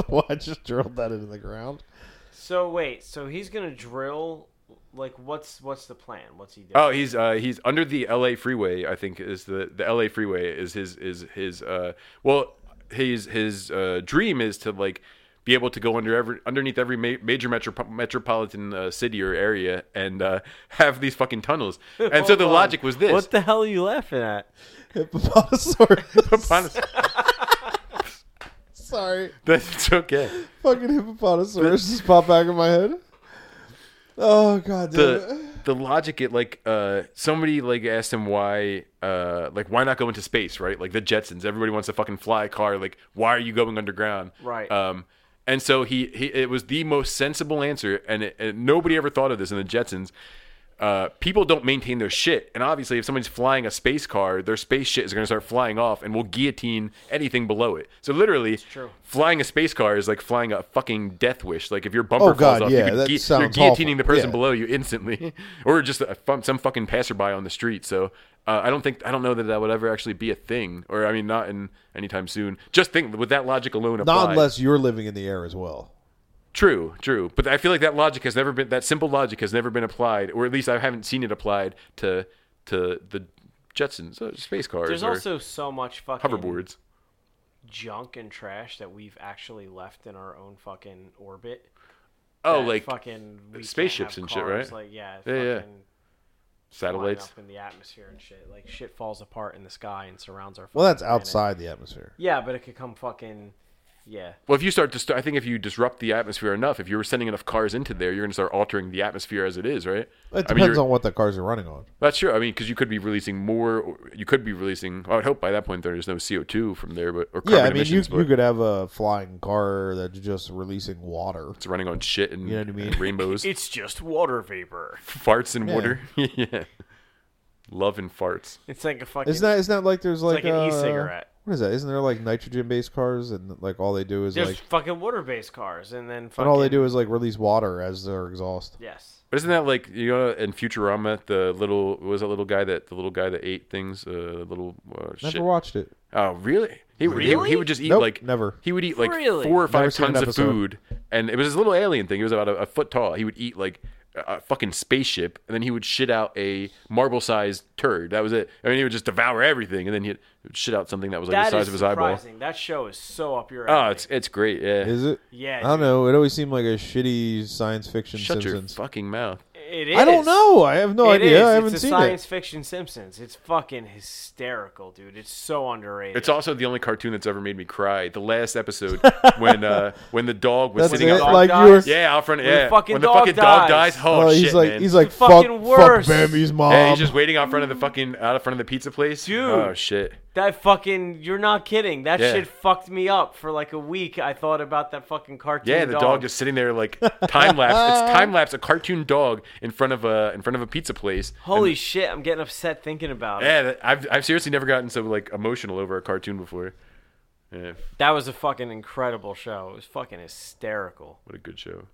Speaker 1: well, I just drilled that into the ground.
Speaker 3: So wait, so he's gonna drill. Like, what's what's the plan? What's he doing?
Speaker 2: Oh, he's uh, he's under the L.A. freeway. I think is the the L.A. freeway is his is his uh well his his uh, dream is to like be able to go under every underneath every ma- major metro- metropolitan uh, city or area and uh, have these fucking tunnels. And so
Speaker 3: Hold
Speaker 2: the
Speaker 3: on.
Speaker 2: logic was this.
Speaker 3: What the hell are you laughing at?
Speaker 1: Hippopotasaurus.
Speaker 2: Honest-
Speaker 1: Sorry,
Speaker 2: That's okay.
Speaker 1: fucking hippopotasaurus just popped back in my head. Oh god, damn it.
Speaker 2: the the logic it like uh somebody like asked him why uh like why not go into space right like the jetsons everybody wants to fucking fly a car like why are you going underground
Speaker 3: Right.
Speaker 2: um and so he, he it was the most sensible answer and, it, and nobody ever thought of this in the jetsons uh, people don't maintain their shit, and obviously, if somebody's flying a space car, their space shit is going to start flying off, and will guillotine anything below it. So literally,
Speaker 3: true.
Speaker 2: flying a space car is like flying a fucking death wish. Like if your bumper
Speaker 1: Oh,
Speaker 2: falls
Speaker 1: God,
Speaker 2: off,
Speaker 1: yeah,
Speaker 2: you could
Speaker 1: that
Speaker 2: gui- you're
Speaker 1: sounds
Speaker 2: guillotining
Speaker 1: awful.
Speaker 2: the person
Speaker 1: Yeah.
Speaker 2: below below you instantly, or just a, fu- some fucking passerby on the street. So uh, I don't think I don't know that that would ever actually be a thing, or I mean, not in anytime soon. Just think with that logic alone applied.
Speaker 1: Not unless you're living in the air as well.
Speaker 2: true, true. But I feel like that logic has never been that simple logic has never been applied, or at least I haven't seen it applied to to the Jetsons uh, space cars
Speaker 3: There's
Speaker 2: or
Speaker 3: also so much fucking
Speaker 2: hoverboards.
Speaker 3: junk and trash that we've actually left in our own fucking orbit.
Speaker 2: Oh,
Speaker 3: that
Speaker 2: like
Speaker 3: fucking we can't
Speaker 2: spaceships
Speaker 3: have
Speaker 2: and shit,
Speaker 3: cars,
Speaker 2: right?
Speaker 3: Like, yeah,
Speaker 2: Yeah, yeah.
Speaker 3: fucking flying
Speaker 2: satellites.
Speaker 3: up in the atmosphere and shit. Like shit falls apart in the sky and surrounds our.
Speaker 1: Well,
Speaker 3: fucking
Speaker 1: that's
Speaker 3: planet.
Speaker 1: outside the atmosphere.
Speaker 3: Yeah, but it could come fucking. Yeah,
Speaker 2: Well, if you start to, st- I think if you disrupt the atmosphere enough, if you were sending enough cars into there, you're going to start altering the atmosphere as it is, right? I mean,
Speaker 1: It depends
Speaker 2: you're-
Speaker 1: on what the cars are running on.
Speaker 2: That's true. I mean, because you could be releasing more. Or you could be releasing. I would hope by that point there's no CO two from there, but or carbon
Speaker 1: Yeah, I mean, you,
Speaker 2: emissions. but
Speaker 1: you could have a flying car that's just releasing water.
Speaker 2: it's running on shit and,
Speaker 1: know what I mean?
Speaker 2: and rainbows,
Speaker 3: it's just water vapor.
Speaker 2: farts and water. yeah, love and farts.
Speaker 3: It's like a fucking.
Speaker 1: Isn't that, isn't that like there's like,
Speaker 3: like an
Speaker 1: uh,
Speaker 3: e-cigarette.
Speaker 1: What is that? Isn't there like nitrogen based cars and like all they do is
Speaker 3: There's
Speaker 1: like
Speaker 3: fucking water-based cars, and then fucking.
Speaker 1: and all they do is like release water as their exhaust.
Speaker 3: Yes.
Speaker 2: But isn't that like you know in Futurama the little what was that little guy that the little guy that ate things uh little uh,
Speaker 1: Never
Speaker 2: shit.
Speaker 1: watched it.
Speaker 2: Oh really? He, would- He,
Speaker 3: Really?
Speaker 2: he would just eat
Speaker 1: Nope,
Speaker 2: like
Speaker 1: never.
Speaker 2: He would eat like
Speaker 3: Really?
Speaker 2: four or
Speaker 1: Never
Speaker 2: five
Speaker 1: seen an
Speaker 2: tons of
Speaker 1: episode.
Speaker 2: food, and it was this little alien thing. He was about a, a foot tall. He would eat like a, a fucking spaceship, and then he would shit out a marble-sized turd. That was it. I mean, he would just devour everything, and then he'd shit out something that was like
Speaker 3: That
Speaker 2: the
Speaker 3: is
Speaker 2: size of his eyeball.
Speaker 3: surprising. That show is so up your alley.
Speaker 2: Oh, it's it's great. Yeah,
Speaker 1: Is it?
Speaker 3: Yeah,
Speaker 1: I don't
Speaker 3: dude.
Speaker 1: know. It always seemed like a shitty science fiction
Speaker 2: shut your
Speaker 1: Simpsons.
Speaker 2: fucking mouth.
Speaker 3: It It is.
Speaker 1: I don't know. I have no
Speaker 3: It
Speaker 1: idea.
Speaker 3: is.
Speaker 1: I
Speaker 3: It's
Speaker 1: haven't
Speaker 3: a
Speaker 1: seen
Speaker 3: science
Speaker 1: it.
Speaker 3: fiction Simpsons. It's fucking hysterical, dude. It's so underrated.
Speaker 2: It's also the only cartoon that's ever made me cry. The last episode when uh, when the dog was
Speaker 1: That's
Speaker 2: sitting
Speaker 1: it.
Speaker 2: out front.
Speaker 1: Like
Speaker 3: Dog
Speaker 1: you were.
Speaker 3: dies.
Speaker 2: yeah, out front.
Speaker 3: When the
Speaker 2: yeah,
Speaker 3: fucking
Speaker 2: when the
Speaker 3: dog
Speaker 2: fucking dog
Speaker 3: dies.
Speaker 2: dies. Oh
Speaker 1: Oh,
Speaker 2: shit,
Speaker 1: he's like
Speaker 2: man.
Speaker 1: he's like
Speaker 3: the
Speaker 1: fuck,
Speaker 3: fucking
Speaker 1: fuck
Speaker 3: worst.
Speaker 1: Bambi's mom.
Speaker 2: yeah, he's just waiting out front of the fucking out in front of the pizza place.
Speaker 3: Um, Dude.
Speaker 2: oh shit.
Speaker 3: that fucking. You're not kidding. That
Speaker 2: Yeah.
Speaker 3: shit fucked me up for like a week. I thought about that fucking cartoon.
Speaker 2: Yeah, the dog. just sitting there like time lapse. it's time lapse a cartoon dog in front of a in front of a pizza place.
Speaker 3: Holy shit! I'm getting upset thinking about it.
Speaker 2: Yeah, that- I've I've seriously never gotten so like emotional over a cartoon before. Yeah,
Speaker 3: That was a fucking incredible show. It was fucking hysterical.
Speaker 2: what a good show.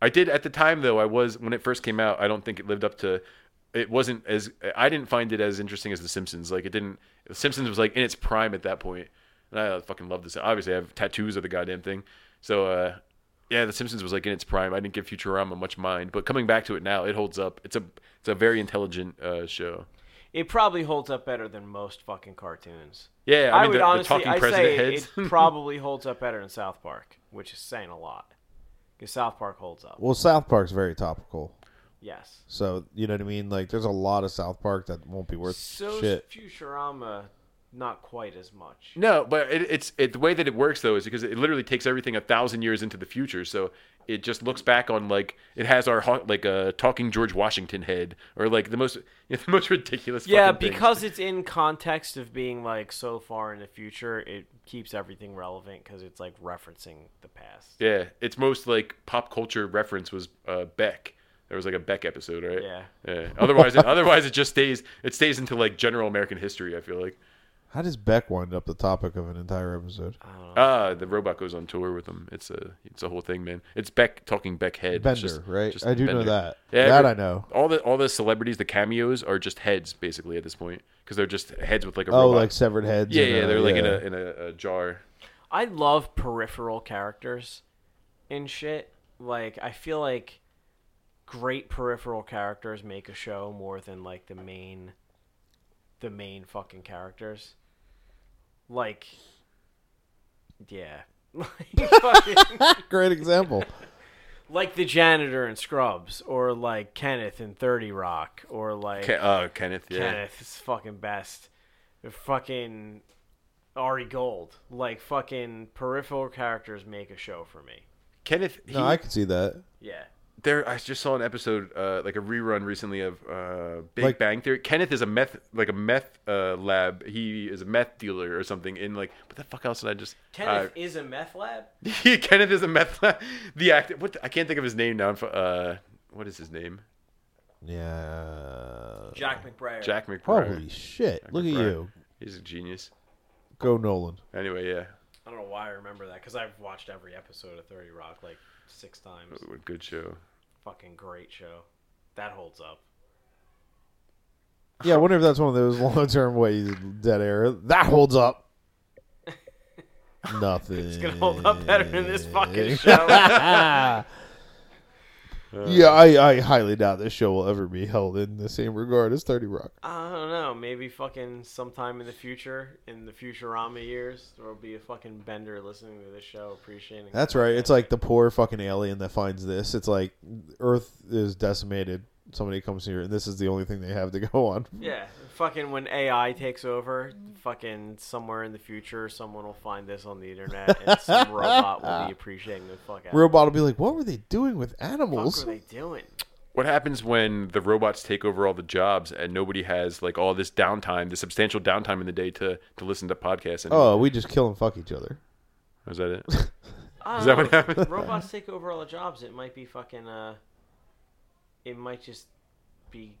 Speaker 2: I did at the time though. I was when it first came out. I don't think it lived up to. It wasn't as I didn't find it as interesting as The Simpsons. Like it didn't. The Simpsons was like in its prime at that point, and I fucking love this. Obviously, I have tattoos of the goddamn thing. So uh, yeah, The Simpsons was like in its prime. I didn't give Futurama much mind, but coming back to it now, it holds up. It's a it's a very intelligent uh, show.
Speaker 3: It probably holds up better than most fucking cartoons.
Speaker 2: Yeah, I,
Speaker 3: I,
Speaker 2: mean
Speaker 3: would
Speaker 2: the,
Speaker 3: honestly,
Speaker 2: the talking
Speaker 3: I say
Speaker 2: president heads.
Speaker 3: it probably holds up better than South Park, which is saying a lot. Because South Park holds up.
Speaker 1: well, South Park's very topical.
Speaker 3: Yes.
Speaker 1: So you know what I mean? Like, there's a lot of South Park that won't be worth
Speaker 3: So
Speaker 1: shit.
Speaker 3: Futurama, not quite as much.
Speaker 2: No, but it, it's it, the way that it works though is because it literally takes everything a thousand years into the future. So it just looks back on like it has our ho- like a talking George Washington head or like the most the most ridiculous.
Speaker 3: Yeah,
Speaker 2: fucking things.
Speaker 3: because it's in context of being like so far in the future, it keeps everything relevant because it's like referencing the past.
Speaker 2: yeah, its most like pop culture reference was uh, Beck. There was like a Beck episode, right?
Speaker 3: Yeah.
Speaker 2: Yeah. Otherwise, it, otherwise it just stays it stays into like general American history. I feel like
Speaker 1: How does Beck wind up the topic of an entire episode?
Speaker 3: Oh.
Speaker 2: ah, the robot goes on tour with them. It's a it's a whole thing, man. It's Beck talking Beck head. It's
Speaker 1: Bender,
Speaker 2: just-
Speaker 1: right?
Speaker 2: just
Speaker 1: I do know
Speaker 2: Bender.
Speaker 1: that.
Speaker 2: Yeah,
Speaker 1: that
Speaker 2: every-
Speaker 1: I know.
Speaker 2: all the all the celebrities, the cameos are just heads basically at this point because they're just heads with like a
Speaker 1: Oh,
Speaker 2: robot.
Speaker 1: like severed heads.
Speaker 2: yeah,
Speaker 1: and,
Speaker 2: yeah,
Speaker 1: uh,
Speaker 2: they're like in a in a, a jar.
Speaker 3: I love peripheral characters and shit. Like I feel like great peripheral characters make a show more than like the main the main fucking characters. Like yeah. Like, fucking-
Speaker 1: great example.
Speaker 3: like the janitor in Scrubs or like Kenneth in 30 Rock or like
Speaker 2: Ke- uh, Kenneth, yeah,
Speaker 3: Kenneth is fucking best. They're fucking Ari Gold. Like fucking peripheral characters make a show for me.
Speaker 2: Kenneth. He,
Speaker 1: No, I can see that.
Speaker 3: Yeah.
Speaker 2: there, I just saw an episode, uh, like a rerun recently of uh, Big
Speaker 1: Like-
Speaker 2: Bang Theory. Kenneth is a meth, like a meth uh, lab. He is a meth dealer or something. In like, what the fuck else did I just?
Speaker 3: Kenneth is a meth lab.
Speaker 2: uh, Kenneth is a meth. lab. The actor, what the- I can't think of his name now. Uh, what is his name?
Speaker 1: Yeah.
Speaker 3: Jack McBrayer.
Speaker 2: Jack McBride.
Speaker 1: Holy shit! Look at
Speaker 2: McBride.
Speaker 1: you,
Speaker 2: He's a genius.
Speaker 1: go Nolan.
Speaker 2: Anyway, yeah.
Speaker 3: I don't know why I remember that because I've watched every episode of 30 Rock like six times.
Speaker 2: What a good show.
Speaker 3: Fucking great show. That holds up.
Speaker 1: Yeah, I wonder if that's one of those long-term ways dead air that holds up. Nothing.
Speaker 3: It's gonna hold up better than this fucking show.
Speaker 1: Yeah, I, I highly doubt this show will ever be held in the same regard as Thirty Rock.
Speaker 3: I don't know. Maybe fucking sometime in the future, in the Futurama years, there will be a fucking Bender listening to this show, appreciating.
Speaker 1: That's right. It's like the poor fucking alien that finds this. It's like Earth is decimated. Somebody comes here, and this is the only thing they have to go on.
Speaker 3: Yeah, fucking when AI takes over, fucking somewhere in the future, someone will find this on the internet, and some robot will be appreciating the fuck out. of it.
Speaker 1: Robot will be like, "What were they doing with
Speaker 3: What the
Speaker 1: animals?"
Speaker 3: fuck are they doing?
Speaker 2: What happens when the robots take over all the jobs and nobody has like all this downtime, the substantial downtime in the day to to listen to podcasts? And
Speaker 1: Oh, we just kill and fuck each other.
Speaker 2: is that it? Is
Speaker 3: I
Speaker 2: that
Speaker 3: don't
Speaker 2: what
Speaker 3: know.
Speaker 2: happens?
Speaker 3: Oh, robots take over all the jobs. It might be fucking. Uh, it might just be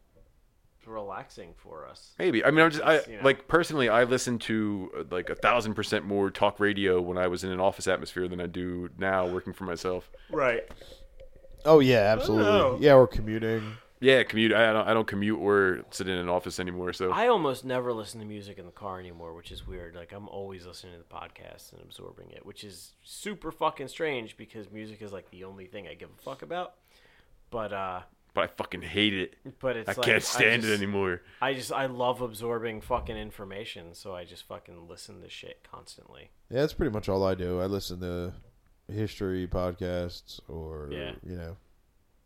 Speaker 3: relaxing for us.
Speaker 2: Maybe. I mean, I'm just I,
Speaker 3: Just, you know.
Speaker 2: like personally, I listen to uh, like a thousand percent more talk radio when I was in an office atmosphere than I do now working for myself.
Speaker 3: Right.
Speaker 1: Oh yeah, absolutely. Yeah, we're commuting.
Speaker 2: Yeah, commute. I don't. I don't commute or sit in an office anymore. So
Speaker 3: I almost never listen to music in the car anymore, which is weird. Like I'm always listening to the podcast and absorbing it, which is super fucking strange because music is like the only thing I give a fuck about. But uh
Speaker 2: but I fucking hate it.
Speaker 3: but it's
Speaker 2: I
Speaker 3: like
Speaker 2: can't stand
Speaker 3: just,
Speaker 2: it anymore.
Speaker 3: I just I love absorbing fucking information, so I just fucking listen to shit constantly.
Speaker 1: Yeah, that's pretty much all I do. I listen to history podcasts or
Speaker 3: Yeah.
Speaker 1: you know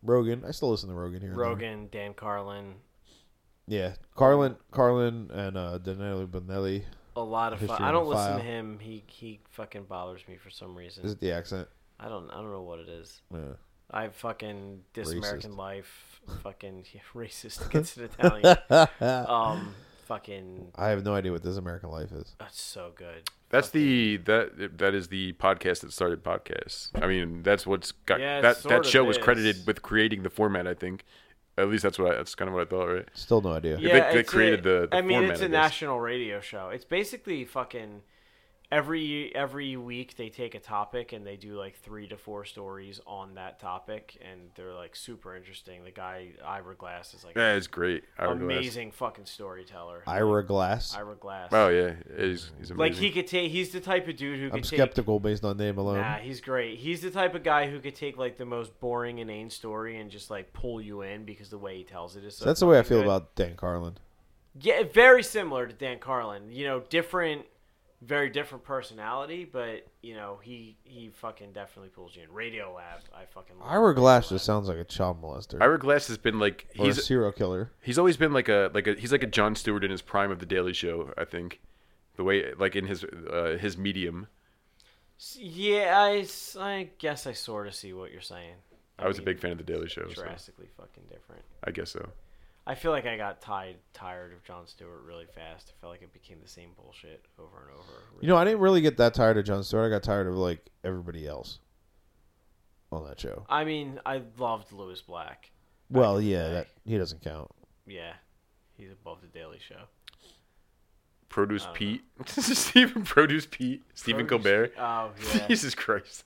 Speaker 1: Rogan. I still listen to Rogan
Speaker 2: Mm-hmm.
Speaker 1: here. and there.
Speaker 3: Rogan, Dan Carlin,
Speaker 1: Yeah, Carlin, Carlin, and uh, Danilo Benelli.
Speaker 3: a lot of. Fu-
Speaker 1: History
Speaker 3: I
Speaker 1: on
Speaker 3: don't listen
Speaker 1: File.
Speaker 3: to him. He he fucking bothers me for some reason.
Speaker 1: Is it the accent?
Speaker 3: I don't I don't know what it is.
Speaker 1: Yeah.
Speaker 3: I fucking this
Speaker 1: Racist.
Speaker 3: American life, fucking yeah, racist against an Italian. Um, fucking
Speaker 1: I have no idea what this American Life is.
Speaker 3: that's so good.
Speaker 2: That's the that that is the podcast that started podcasts. I mean, that's what's got
Speaker 3: Yeah, it
Speaker 2: that
Speaker 3: sort
Speaker 2: that
Speaker 3: of
Speaker 2: show was
Speaker 3: is.
Speaker 2: credited with creating the format. I think, at least that's what I, that's kind of what I thought. Right?
Speaker 1: Still no idea.
Speaker 2: Yeah. they- they
Speaker 3: it's
Speaker 2: created
Speaker 3: a-
Speaker 2: the- the
Speaker 3: I mean,
Speaker 2: format
Speaker 3: it's a
Speaker 2: of this.
Speaker 3: national radio show. It's basically fucking every every week they take a topic and they do like three to four stories on that topic, and they're like super interesting. The guy Ira Glass is like
Speaker 2: Yeah, it's great. I would realize.
Speaker 3: amazing fucking storyteller.
Speaker 1: Ira Glass.
Speaker 3: Ira Glass.
Speaker 2: Oh yeah, he's he's amazing.
Speaker 3: Like he could take. He's the type of dude who
Speaker 1: I'm
Speaker 3: could take
Speaker 1: skeptical based on name alone.
Speaker 3: Nah, he's great. He's the type of guy who could take like the most boring, inane story and just like pull you in because the way he tells it is. So
Speaker 1: That's the way I
Speaker 3: fucking
Speaker 1: feel
Speaker 3: good.
Speaker 1: about Dan Carlin.
Speaker 3: Yeah, very similar to Dan Carlin. You know, different, very different personality, but you know he he fucking definitely pulls you in. Radio Lab, I fucking. Love
Speaker 1: Ira
Speaker 3: Radio
Speaker 1: Glass
Speaker 3: Lab.
Speaker 1: just sounds like a child molester
Speaker 2: Ira Glass has been like
Speaker 1: or a
Speaker 2: he's
Speaker 1: serial killer.
Speaker 2: he's always been like a like a he's like a John Stewart in his prime of the Daily Show. I think the way like in his uh, his medium.
Speaker 3: S- Yeah, I, s- I guess I sort of see what you're saying.
Speaker 2: I was a
Speaker 3: mean,
Speaker 2: big fan of the Daily Show. So
Speaker 3: drastically fucking different.
Speaker 2: I guess so.
Speaker 3: I feel like I got tired tired of John Stewart really fast. I felt like it became the same bullshit over and over.
Speaker 1: You know, I didn't really get that tired of John Stewart. I got tired of like everybody else on that show.
Speaker 3: I mean, I loved Lewis Black.
Speaker 1: Well, yeah, that he doesn't count.
Speaker 3: Yeah, he's above the Daily Show.
Speaker 2: Produce Pete, Stephen Produce Pete, Stephen Colbert.
Speaker 3: Oh yeah.
Speaker 2: Jesus Christ.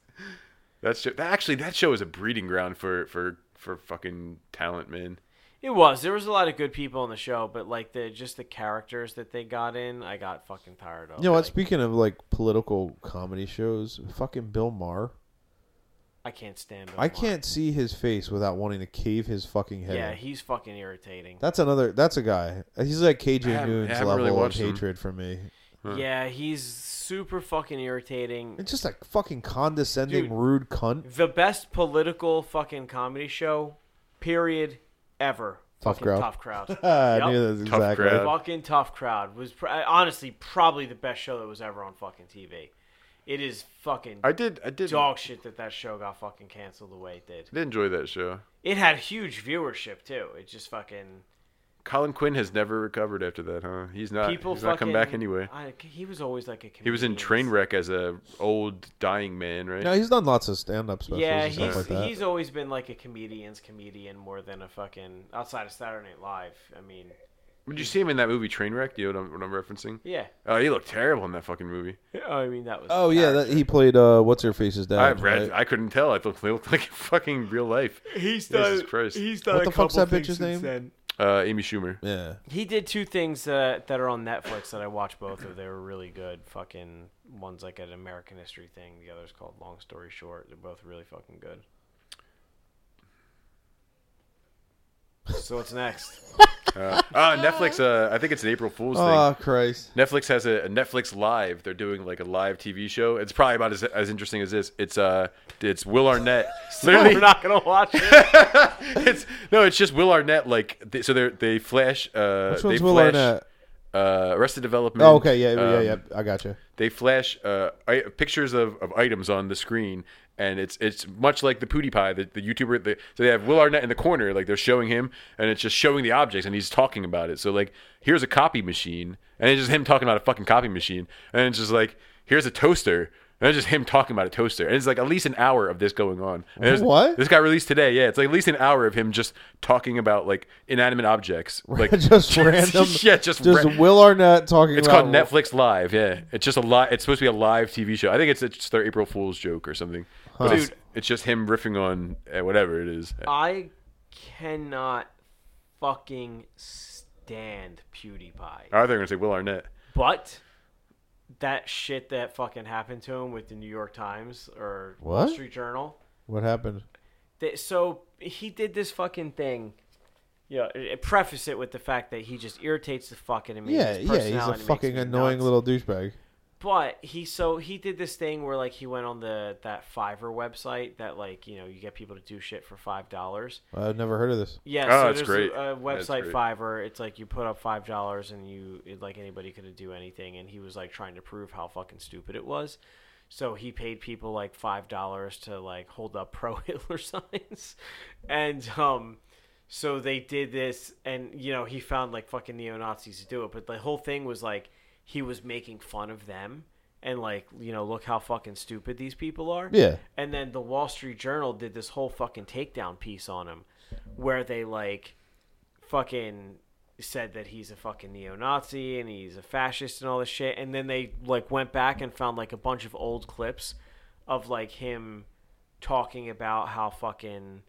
Speaker 2: That show, that actually, that show is a breeding ground for for for fucking talent, man.
Speaker 3: It was. There was a lot of good people on the show, but like the just the characters that they got in, I got fucking tired of.
Speaker 1: You know what?
Speaker 3: Like,
Speaker 1: Speaking of like political comedy shows, fucking Bill Maher.
Speaker 3: I can't stand. Bill
Speaker 1: I
Speaker 3: Maher.
Speaker 1: can't see his face without wanting to cave his fucking head.
Speaker 3: Yeah,
Speaker 1: in.
Speaker 3: he's fucking irritating.
Speaker 1: that's another. That's a guy. He's like
Speaker 2: I
Speaker 1: KJ
Speaker 2: haven't- I
Speaker 1: Noon's
Speaker 2: haven't
Speaker 1: level of
Speaker 2: really watched him.
Speaker 1: hatred for me.
Speaker 3: Yeah, he's super fucking irritating.
Speaker 1: It's just a fucking condescending,
Speaker 3: Dude.
Speaker 1: rude cunt.
Speaker 3: The best political fucking comedy show, period, ever.
Speaker 1: Tough
Speaker 3: fucking
Speaker 1: Crowd.
Speaker 3: Tough crowd.
Speaker 1: I
Speaker 3: Yep.
Speaker 1: knew that's
Speaker 2: Tough
Speaker 1: exactly.
Speaker 2: crowd.
Speaker 3: Fucking tough crowd was pr- honestly probably the best show that was ever on fucking TV. It is fucking
Speaker 2: I did, I did,
Speaker 3: dog shit that that show got fucking canceled the way it did.
Speaker 2: I did enjoy that show.
Speaker 3: It had huge viewership too. It just fucking
Speaker 2: Colin Quinn has never recovered after that, huh? He's not.
Speaker 3: people
Speaker 2: Uh, he's
Speaker 3: fucking
Speaker 2: not come back anyway.
Speaker 3: I, he was always like a comedian.
Speaker 2: He was in Trainwreck as a old dying man, right?
Speaker 1: No, he's done lots of stand-up specials
Speaker 3: Yeah,
Speaker 1: and stuff
Speaker 3: he's
Speaker 1: like that.
Speaker 3: he's always been like a comedian's comedian more than a fucking outside of Saturday Night Live. I mean,
Speaker 2: Would you see him in that movie Trainwreck? Do you know what I'm, what I'm referencing?
Speaker 3: yeah.
Speaker 2: Oh, he looked terrible in that fucking movie.
Speaker 3: I mean that was.
Speaker 1: oh yeah, that, he played uh, what's her face's dad.
Speaker 2: I read.
Speaker 1: right?
Speaker 2: I couldn't tell. I thought he looked like fucking real life.
Speaker 3: he's
Speaker 2: done- Jesus Christ. he's
Speaker 1: What the fuck's that bitch's name?
Speaker 2: Uh, Amy Schumer.
Speaker 1: Yeah,
Speaker 3: He did two things uh, that are on Netflix that I watched both of. They were really good. Fucking one's like an American history thing. The other's called Long Story Short. They're both really fucking good. So what's next?
Speaker 2: Uh, uh, Netflix. Uh, I think it's an April Fool's thing.
Speaker 1: oh Christ!
Speaker 2: Netflix has a, a Netflix Live. They're doing like a live TV show. It's probably about as, as interesting as this. It's uh, it's Will Arnett.
Speaker 3: We're
Speaker 2: Literally,
Speaker 3: not gonna watch it.
Speaker 2: it's no, it's just Will Arnett. Like they, so, they they flash. Uh,
Speaker 1: Which one's
Speaker 2: they
Speaker 1: Will
Speaker 2: flash,
Speaker 1: Arnett?
Speaker 2: Uh, Arrested Development.
Speaker 1: Oh, okay, yeah, yeah,
Speaker 2: um,
Speaker 1: yeah. I gotcha.
Speaker 2: They flash uh, I, pictures of, of items on the screen, and it's it's much like the PewDiePie, the, the YouTuber. The, so they have Will Arnett in the corner, like they're showing him, and it's just showing the objects, and he's talking about it. So like, here's a copy machine, and it's just him talking about a fucking copy machine, and it's just like, here's a toaster. And it's just him talking about a toaster, and it's like at least an hour of this going on. And there's-
Speaker 1: What?
Speaker 2: this got released today? Yeah, it's like at least an hour of him just talking about like inanimate objects, like
Speaker 1: just random.
Speaker 2: yeah, just
Speaker 1: just
Speaker 2: ra-
Speaker 1: Will Arnett talking.
Speaker 2: it's
Speaker 1: about
Speaker 2: called Netflix Live. Yeah, it's just a li It's supposed to be a live TV show. I think it's, it's just their April Fool's joke or something. But it's-
Speaker 3: Dude.
Speaker 2: it's just him riffing on uh, whatever it is.
Speaker 3: I cannot fucking stand PewDiePie.
Speaker 2: I thought they were gonna say Will Arnett.
Speaker 3: But that shit that fucking happened to him with the New York Times or Wall
Speaker 1: What?
Speaker 3: Street Journal.
Speaker 1: What happened?
Speaker 3: They, so he did this fucking thing. Yeah, uh, preface it with the fact that he just irritates the fucking. I mean,
Speaker 1: Yeah, yeah,
Speaker 3: his
Speaker 1: he's
Speaker 3: personality
Speaker 1: a
Speaker 3: makes
Speaker 1: fucking
Speaker 3: me
Speaker 1: annoying
Speaker 3: nuts.
Speaker 1: little douchebag.
Speaker 3: But he so he did this thing where like he went on the that Fiverr website that like you know you get people to do shit for five dollars.
Speaker 1: I've never heard of this.
Speaker 3: Yeah,
Speaker 2: Oh,
Speaker 3: so
Speaker 2: that's
Speaker 3: there's
Speaker 2: great.
Speaker 3: a, a
Speaker 2: That's
Speaker 3: website
Speaker 2: great.
Speaker 3: Fiverr. It's like you put up five dollars and you it, like anybody could do anything. And he was like trying to prove how fucking stupid it was. So he paid people like five dollars to like hold up pro Hitler signs, and um, so they did this, and you know he found like fucking neo Nazis to do it. But the whole thing was like he was making fun of them. And like you know, look how fucking stupid these people are.
Speaker 1: Yeah.
Speaker 3: And then the Wall Street Journal did this whole fucking takedown piece on him where they like fucking said that he's a fucking neo-Nazi and he's a fascist and all this shit and then they like went back and found like a bunch of old clips of like him talking about how fucking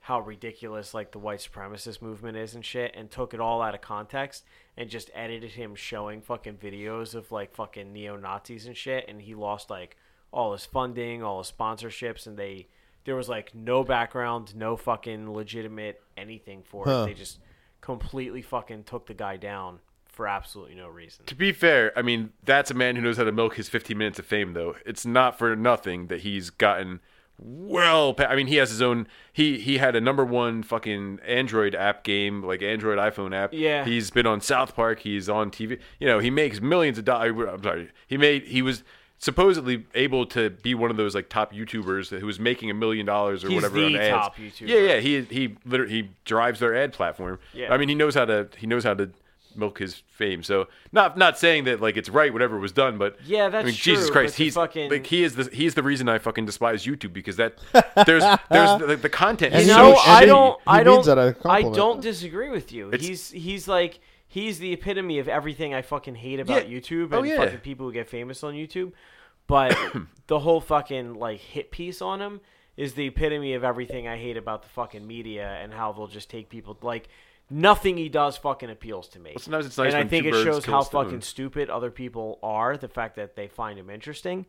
Speaker 3: how ridiculous like the white supremacist movement is and shit and took it all out of context and just edited him showing fucking videos of like fucking neo-nazis and shit and he lost like all his funding all his sponsorships and they there was like no background no fucking legitimate anything for
Speaker 1: Huh.
Speaker 3: it they just completely fucking took the guy down for absolutely no reason
Speaker 2: To be fair, I mean, that's a man who knows how to milk his 15 minutes of fame, though. It's not for nothing that he's gotten well. Pa- I mean, he has his own. He he had a number one fucking Android app game, like Android iPhone app.
Speaker 3: Yeah.
Speaker 2: He's been on South Park. He's on TV. You know, he makes millions of dollars. I'm sorry. He made. He was supposedly able to be one of those like top YouTubers who was making a million dollars or
Speaker 3: He's
Speaker 2: whatever
Speaker 3: the
Speaker 2: on ads.
Speaker 3: top YouTuber.
Speaker 2: Yeah, yeah. He he literally he drives their ad platform.
Speaker 3: Yeah.
Speaker 2: I mean, he knows how to he knows how to milk his fame. So not not saying that like it's right whatever was done, but
Speaker 3: Yeah, that's
Speaker 2: I mean, Jesus
Speaker 3: true,
Speaker 2: Christ,
Speaker 3: but the
Speaker 2: he's
Speaker 3: fucking-
Speaker 2: like he is the he's the reason I fucking despise YouTube because that there's there's the, the content.
Speaker 1: And
Speaker 2: is
Speaker 3: You
Speaker 1: he
Speaker 2: so
Speaker 3: know,
Speaker 1: means-
Speaker 3: I
Speaker 1: and he-
Speaker 3: don't,
Speaker 1: he
Speaker 3: I
Speaker 1: means
Speaker 3: don't,
Speaker 1: that as a
Speaker 3: I
Speaker 1: compliment.
Speaker 3: don't disagree with you.
Speaker 2: It's-
Speaker 3: he's he's like he's the epitome of everything I fucking hate about
Speaker 2: Yeah.
Speaker 3: YouTube and
Speaker 2: Oh, yeah.
Speaker 3: fucking people who get famous on YouTube. But the whole fucking like hit piece on him is the epitome of everything I hate about the fucking media and how they'll just take people like nothing he does fucking appeals to me.
Speaker 2: sometimes it's nice
Speaker 3: and I
Speaker 2: when
Speaker 3: think
Speaker 2: two
Speaker 3: it
Speaker 2: birds
Speaker 3: shows
Speaker 2: kill
Speaker 3: how
Speaker 2: a stone.
Speaker 3: fucking stupid other people are. The fact that they find him interesting,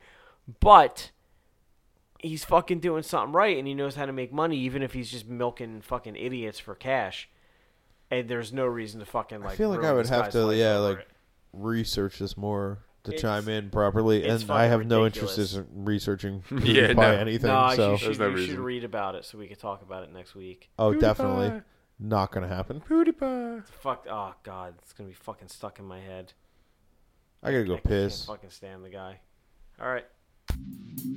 Speaker 3: but he's fucking doing something right and he knows how to make money even if he's just milking fucking idiots for cash and there's no reason to fucking like
Speaker 1: I feel like
Speaker 3: ruin
Speaker 1: I would
Speaker 3: this
Speaker 1: have
Speaker 3: guy's
Speaker 1: to,
Speaker 3: life
Speaker 1: yeah,
Speaker 3: over
Speaker 1: like
Speaker 3: it.
Speaker 1: research this more to
Speaker 3: It's-
Speaker 1: chime in properly,
Speaker 3: it's
Speaker 1: and I have
Speaker 3: fucking
Speaker 1: no
Speaker 3: ridiculous.
Speaker 1: interest in researching
Speaker 2: Yeah,
Speaker 1: PewDiePie
Speaker 2: no.
Speaker 1: anything.
Speaker 3: no
Speaker 1: so,
Speaker 3: you, should,
Speaker 2: There's no
Speaker 3: you should
Speaker 2: reason.
Speaker 3: read about it so we could talk about it next week
Speaker 1: oh,
Speaker 2: PewDiePie.
Speaker 1: definitely not gonna happen.
Speaker 2: PewDiePie.
Speaker 3: fuck oh god it's gonna be fucking stuck in my head
Speaker 1: I gotta go
Speaker 3: I can't
Speaker 1: piss.
Speaker 3: fucking stand the guy all right